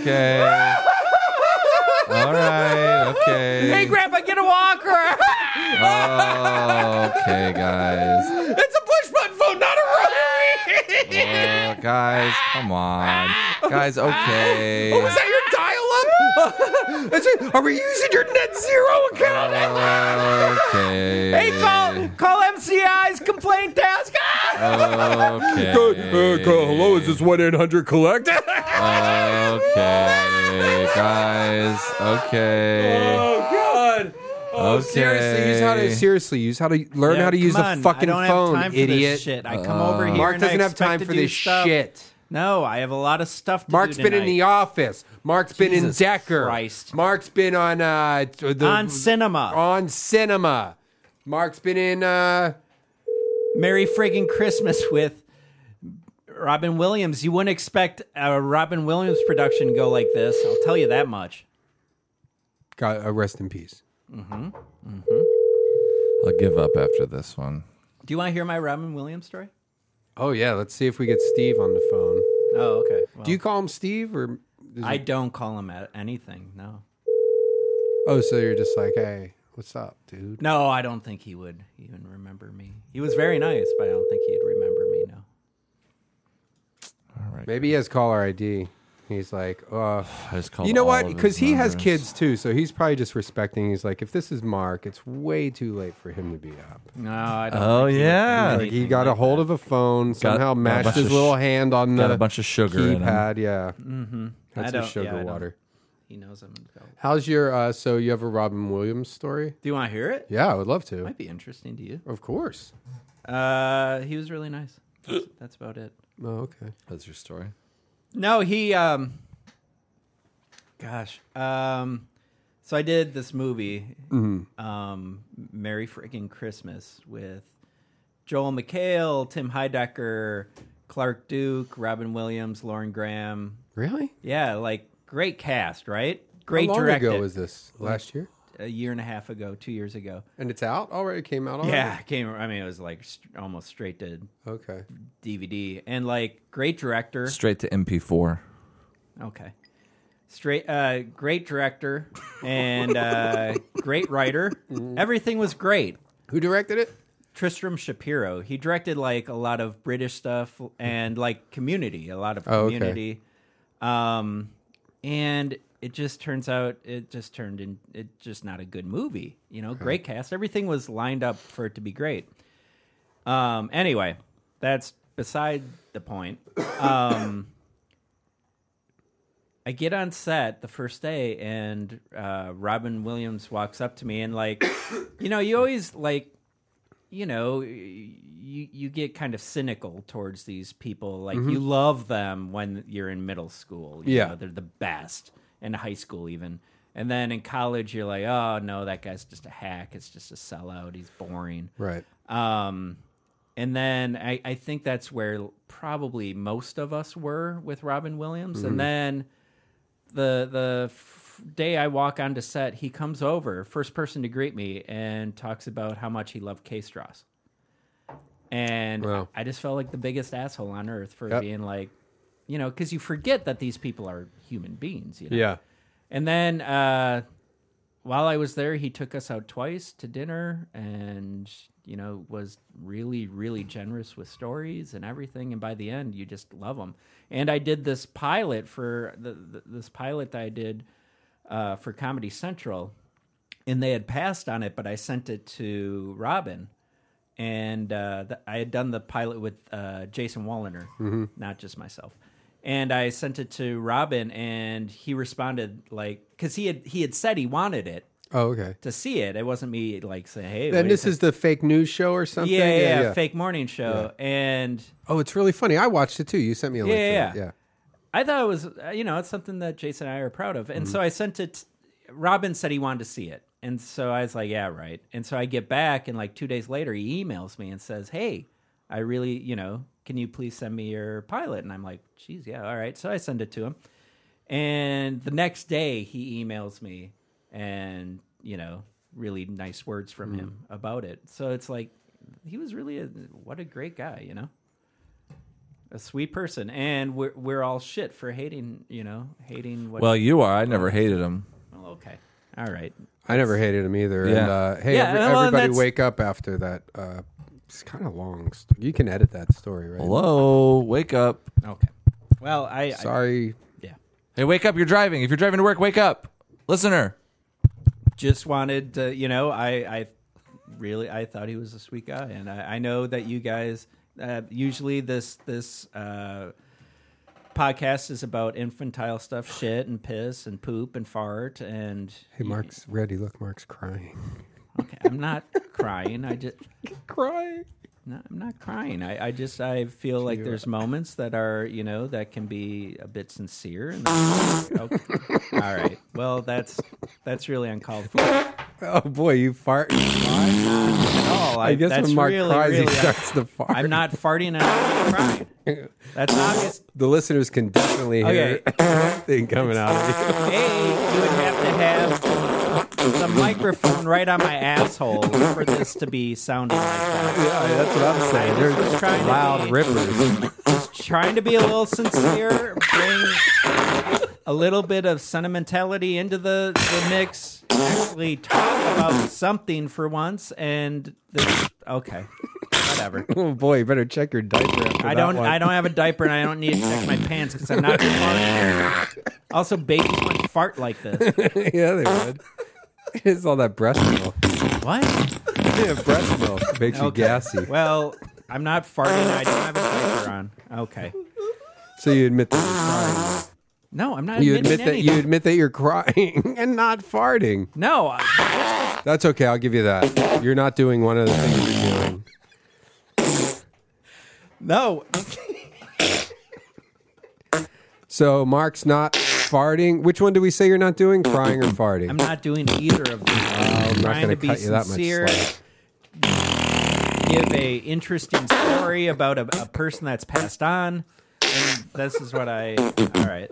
Speaker 2: Okay. Okay. All right. Okay. Hey, Grandpa, get a walker. okay, guys.
Speaker 3: it's a push button phone, not a rotary.
Speaker 2: Uh,
Speaker 4: Oh,
Speaker 2: guys, come on. Guys, okay.
Speaker 3: Was that your dial up? Are we using your net zero account?
Speaker 4: Oh,
Speaker 2: Okay.
Speaker 4: call MCI's complaint desk.
Speaker 2: Okay.
Speaker 3: Go- uh, go, hello, is this 1 800 Collect?
Speaker 2: Okay, guys. Okay.
Speaker 3: God. Oh,
Speaker 2: Okay.
Speaker 3: seriously, use how to seriously use how to learn how to use a fucking
Speaker 4: I don't
Speaker 3: phone,
Speaker 4: have time for this
Speaker 3: idiot.
Speaker 4: shit. I come over here.
Speaker 3: Mark
Speaker 4: and I
Speaker 3: doesn't have
Speaker 4: expect
Speaker 3: time
Speaker 4: to
Speaker 3: for
Speaker 4: do
Speaker 3: this
Speaker 4: stuff.
Speaker 3: shit.
Speaker 4: No, I have a lot of stuff. to
Speaker 3: Mark's
Speaker 4: do
Speaker 3: been in the
Speaker 4: tonight.
Speaker 3: office. Mark's been in
Speaker 4: Jesus
Speaker 3: Decker.
Speaker 4: Christ.
Speaker 3: Mark's been on uh t- the,
Speaker 4: on cinema.
Speaker 3: on cinema. Mark's been in uh
Speaker 4: Merry friggin' Christmas with Robin Williams. You wouldn't expect a Robin Williams production to go like this. I'll tell you that much.
Speaker 3: God, uh, rest in peace.
Speaker 2: I'll give up after this one.
Speaker 4: Do you want to hear my Robin Williams story?
Speaker 3: Oh yeah, let's see if we get Steve on the phone.
Speaker 4: Oh, okay. Well,
Speaker 3: Do you call him Steve or is
Speaker 4: I
Speaker 3: it-
Speaker 4: don't call him at anything. No,
Speaker 3: Oh, so you're just like, "Hey, what's up, dude?"
Speaker 4: no, I don't think he would even remember me. He was very nice, but I don't think he'd remember me. No.
Speaker 2: All right.
Speaker 3: Maybe he has caller ID. He's like, "Uh,
Speaker 2: I just called
Speaker 3: you know
Speaker 2: all
Speaker 3: what?
Speaker 2: of his
Speaker 3: Because he has
Speaker 2: numbers.
Speaker 3: kids too, so he's probably just respecting. He's like, if this is Mark, it's way too late for him to be up.
Speaker 4: No, I don't.
Speaker 2: Oh,
Speaker 4: think he would do
Speaker 2: yeah.
Speaker 3: Like he
Speaker 4: anything
Speaker 3: got a
Speaker 4: like
Speaker 3: hold
Speaker 4: that.
Speaker 3: of a phone, somehow
Speaker 2: got a
Speaker 3: mashed
Speaker 2: bunch
Speaker 3: his
Speaker 2: of
Speaker 3: little
Speaker 2: sh-
Speaker 3: hand on
Speaker 2: Got
Speaker 3: the
Speaker 2: a bunch of sugar in him.
Speaker 3: keypad. Yeah,
Speaker 4: I
Speaker 3: that's
Speaker 4: don't-
Speaker 3: some
Speaker 4: yeah,
Speaker 3: sugar
Speaker 4: Mm-hmm. I don't-
Speaker 3: water.
Speaker 4: He knows I'm. involved.
Speaker 3: How's your? uh So you have a Robin Williams story?
Speaker 4: Do you want to hear it?
Speaker 3: Yeah, I would love to.
Speaker 4: Might be interesting to you.
Speaker 3: Of course.
Speaker 4: Uh, he was really nice. That's, that's about it.
Speaker 3: Oh, okay.
Speaker 2: That's your story.
Speaker 4: No, he um gosh. Um so I did this movie
Speaker 3: Mm-hmm.
Speaker 4: um Merry Freaking Christmas with Joel McHale, Tim Heidecker, Clark Duke, Robin Williams, Lauren Graham.
Speaker 3: Really?
Speaker 4: Yeah, like great cast, right? Great
Speaker 3: How long
Speaker 4: directed.
Speaker 3: ago was this? Last year?
Speaker 4: a year and a half ago, 2 years ago.
Speaker 3: And it's out already. It came out already.
Speaker 4: Yeah, it came I mean it was like st- almost straight to
Speaker 3: Okay.
Speaker 4: DVD and like great director.
Speaker 2: Straight to MP4.
Speaker 4: Okay. Straight, uh, great director and uh, great writer.
Speaker 3: Mm-hmm.
Speaker 4: Everything was great.
Speaker 3: Who directed it?
Speaker 4: Tristram Shapiro. He directed like a lot of British stuff and like Community, a lot of
Speaker 3: Oh, okay.
Speaker 4: Community. Um, and it just turns out it just turned in it just not a good movie. You know, great cast. Everything was lined up for it to be great. Um, anyway, that's beside the point. Um, I get on set the first day, and uh, Robin Williams walks up to me and like, you know, you always like, you know, you you get kind of cynical towards these people. Like you love them when you're in middle school. You
Speaker 3: Yeah.
Speaker 4: know, they're the best in high school even. And then in college, you're like, oh no, that guy's just a hack. It's just a sellout. He's boring.
Speaker 3: Right.
Speaker 4: Um, and then I, I think that's where probably most of us were with Robin Williams.
Speaker 3: Mm-hmm.
Speaker 4: And then the the f- day I walk onto set, he comes over, first person to greet me, and talks about how much he loved K Straws. And
Speaker 3: Wow.
Speaker 4: I just felt like the biggest asshole on earth for
Speaker 3: Yep.
Speaker 4: being like, you know, because you forget that these people are human beings. You know?
Speaker 3: Yeah.
Speaker 4: And then uh, while I was there, he took us out twice to dinner and, you know, was really, really generous with stories and everything. And by the end, you just love him. And I did this pilot for the, the, this pilot that I did uh, for Comedy Central. And they had passed on it, but I sent it to Robin. And uh, th- I had done the pilot with uh, Jason Walliner,
Speaker 3: Mm-hmm.
Speaker 4: not just myself and I sent it to Robin, and he responded like, because he had he had said he wanted it
Speaker 3: Oh, okay.
Speaker 4: to see it. It wasn't me like saying, "Hey,
Speaker 3: Then
Speaker 4: what do you
Speaker 3: this
Speaker 4: think?
Speaker 3: is the fake news show or something.
Speaker 4: yeah, yeah, yeah, fake morning show," and
Speaker 3: Oh, it's really funny. I watched it too. You sent me a link.
Speaker 4: Yeah,
Speaker 3: to
Speaker 4: yeah,
Speaker 3: it.
Speaker 4: yeah. I thought it was uh, you know it's something that Jason and I are proud of, and so I sent it. Robin said he wanted to see it, and so I was like, "Yeah, right." And so I get back, and like two days later, he emails me and says, "Hey, I really, you know, can you please send me your pilot?" And I'm like, "Geez, yeah, all right." So I send it to him, and the next day he emails me, and you know, really nice words from him about it. So it's like he was really a what a great guy, you know a sweet person, and we're we're all shit for hating, you know, hating. What
Speaker 2: Well, you are. I never hated him.
Speaker 4: well, okay, all right.
Speaker 3: I never hated him either. And
Speaker 2: Yeah.
Speaker 3: uh, hey,
Speaker 4: Yeah,
Speaker 3: every-
Speaker 4: well, and
Speaker 3: everybody,
Speaker 4: that's-
Speaker 3: wake up after that. Uh, it's kind of long. St- you can edit that story, right?
Speaker 2: Hello, wake up.
Speaker 4: Okay. Well, I, I
Speaker 3: Sorry.
Speaker 4: yeah,
Speaker 2: Hey, wake up. You're driving. If you're driving to work, wake up. Listener.
Speaker 4: just wanted to, you know, I I really I thought he was a sweet guy, and I, I know that you guys uh, usually this this uh, podcast is about infantile stuff, shit and piss and poop and fart and.
Speaker 3: Hey, Mark's ready. Look, Mark's crying.
Speaker 4: Okay, I'm not crying. I just.
Speaker 3: crying.
Speaker 4: No, I'm not crying. I, I just I feel like there's moments that are you know that can be a bit sincere. And okay. All right. Well, that's that's really uncalled for at
Speaker 3: Oh boy, you fart.
Speaker 4: all. I,
Speaker 3: I guess
Speaker 4: that's
Speaker 3: when Mark
Speaker 4: really,
Speaker 3: cries,
Speaker 4: really,
Speaker 3: he starts to fart.
Speaker 4: I'm not farting and I'm not crying. That's obvious.
Speaker 3: The listeners can definitely hear
Speaker 4: Okay.
Speaker 3: thing coming out of you.
Speaker 4: Hey, you would have to have the microphone right on my asshole for this to be sounding like that.
Speaker 3: Yeah, that's what I'm saying.
Speaker 4: I was
Speaker 3: They're
Speaker 4: trying to
Speaker 3: loud
Speaker 4: be-
Speaker 3: rippers.
Speaker 4: trying to be a little sincere, bring a little bit of sentimentality into the, the mix, actually talk about something for once, and this, okay, whatever.
Speaker 3: Oh boy, you better check your diaper after
Speaker 4: I
Speaker 3: that
Speaker 4: don't
Speaker 3: one.
Speaker 4: I don't have a diaper, and I don't need to check my pants because I'm not farting. Also, babies wouldn't fart like this.
Speaker 3: yeah, they would. It's all that breast milk.
Speaker 4: What?
Speaker 3: Yeah, breast milk makes you
Speaker 4: Okay.
Speaker 3: gassy.
Speaker 4: Well, I'm not farting. I don't have a diaper on. Okay.
Speaker 3: So you admit that you're crying.
Speaker 4: No, I'm not.
Speaker 3: You
Speaker 4: admitting
Speaker 3: admit that you
Speaker 4: anything.
Speaker 3: admit that you're crying and not farting.
Speaker 4: No, I-
Speaker 3: That's okay. I'll give you that. You're not doing one of the things you're doing.
Speaker 4: no.
Speaker 3: So Mark's not farting. Which one do we say you're not doing? Crying or farting?
Speaker 4: I'm not doing either of these. I'm
Speaker 3: not
Speaker 4: trying
Speaker 3: gonna
Speaker 4: to be
Speaker 3: cut you that much
Speaker 4: sincere.
Speaker 3: slack.
Speaker 4: Give a interesting story about a, a person that's passed on. And this is what I. All right.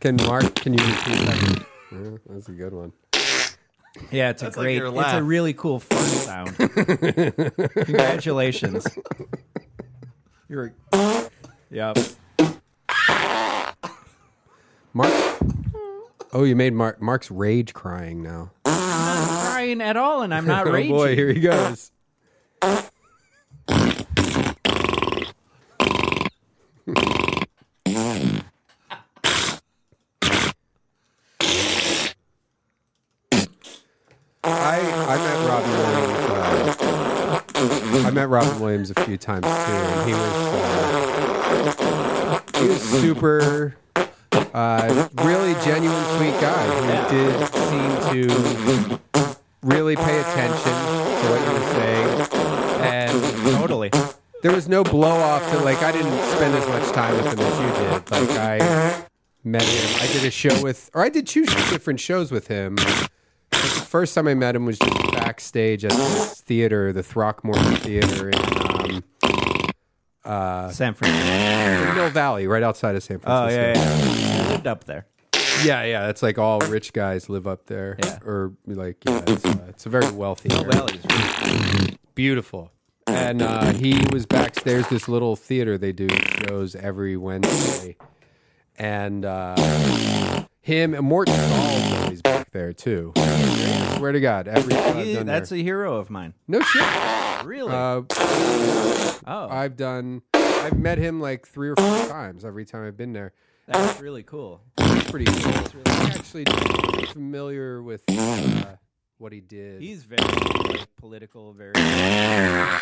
Speaker 3: Can Mark? Can you repeat that? Yeah, that's a good one.
Speaker 4: Yeah, it's a great.
Speaker 2: your
Speaker 4: it's
Speaker 2: laugh.
Speaker 4: a really cool fun sound. Congratulations. You're. Yep.
Speaker 3: Mark. Oh, you made Mark. Mark's rage crying now.
Speaker 4: Crying at all, and I'm not
Speaker 3: Oh
Speaker 4: raging.
Speaker 3: boy, here he goes. I I met Robin Williams. uh, I met Robin Williams a few times too, and he was uh, he was super. Uh, really genuine, sweet guy who did seem to really pay attention to what you were saying. And
Speaker 4: Totally.
Speaker 3: there was no blow off to like I didn't spend as much time with him as you did. Like I met him. I did a show with or I did two different shows with him. But the first time I met him was just backstage at this theater, the Throckmorton Theater in um, Uh,
Speaker 4: San Francisco.
Speaker 3: Mill Valley, right outside of San
Speaker 4: Oh,
Speaker 3: Francisco.
Speaker 4: yeah, yeah. I lived up there.
Speaker 3: yeah, yeah, That's like all rich guys live up there,
Speaker 4: Yeah.
Speaker 3: or like yeah, it's, uh, it's a very wealthy. area.
Speaker 4: Valleys.
Speaker 3: Beautiful. and uh, he was backstage. This little theater they do shows every Wednesday, and uh, him and Morton Stahl's always back there too. Swear to God, every show I've
Speaker 4: He-
Speaker 3: done
Speaker 4: that's
Speaker 3: there.
Speaker 4: a hero of mine.
Speaker 3: no shit.
Speaker 4: Really? Oh,
Speaker 3: Uh, I've done. I've met him like three or four times every time I've been there.
Speaker 4: That's really cool.
Speaker 3: He's pretty cool. It's really- I'm actually familiar with uh, what he did.
Speaker 4: He's very like, political, very.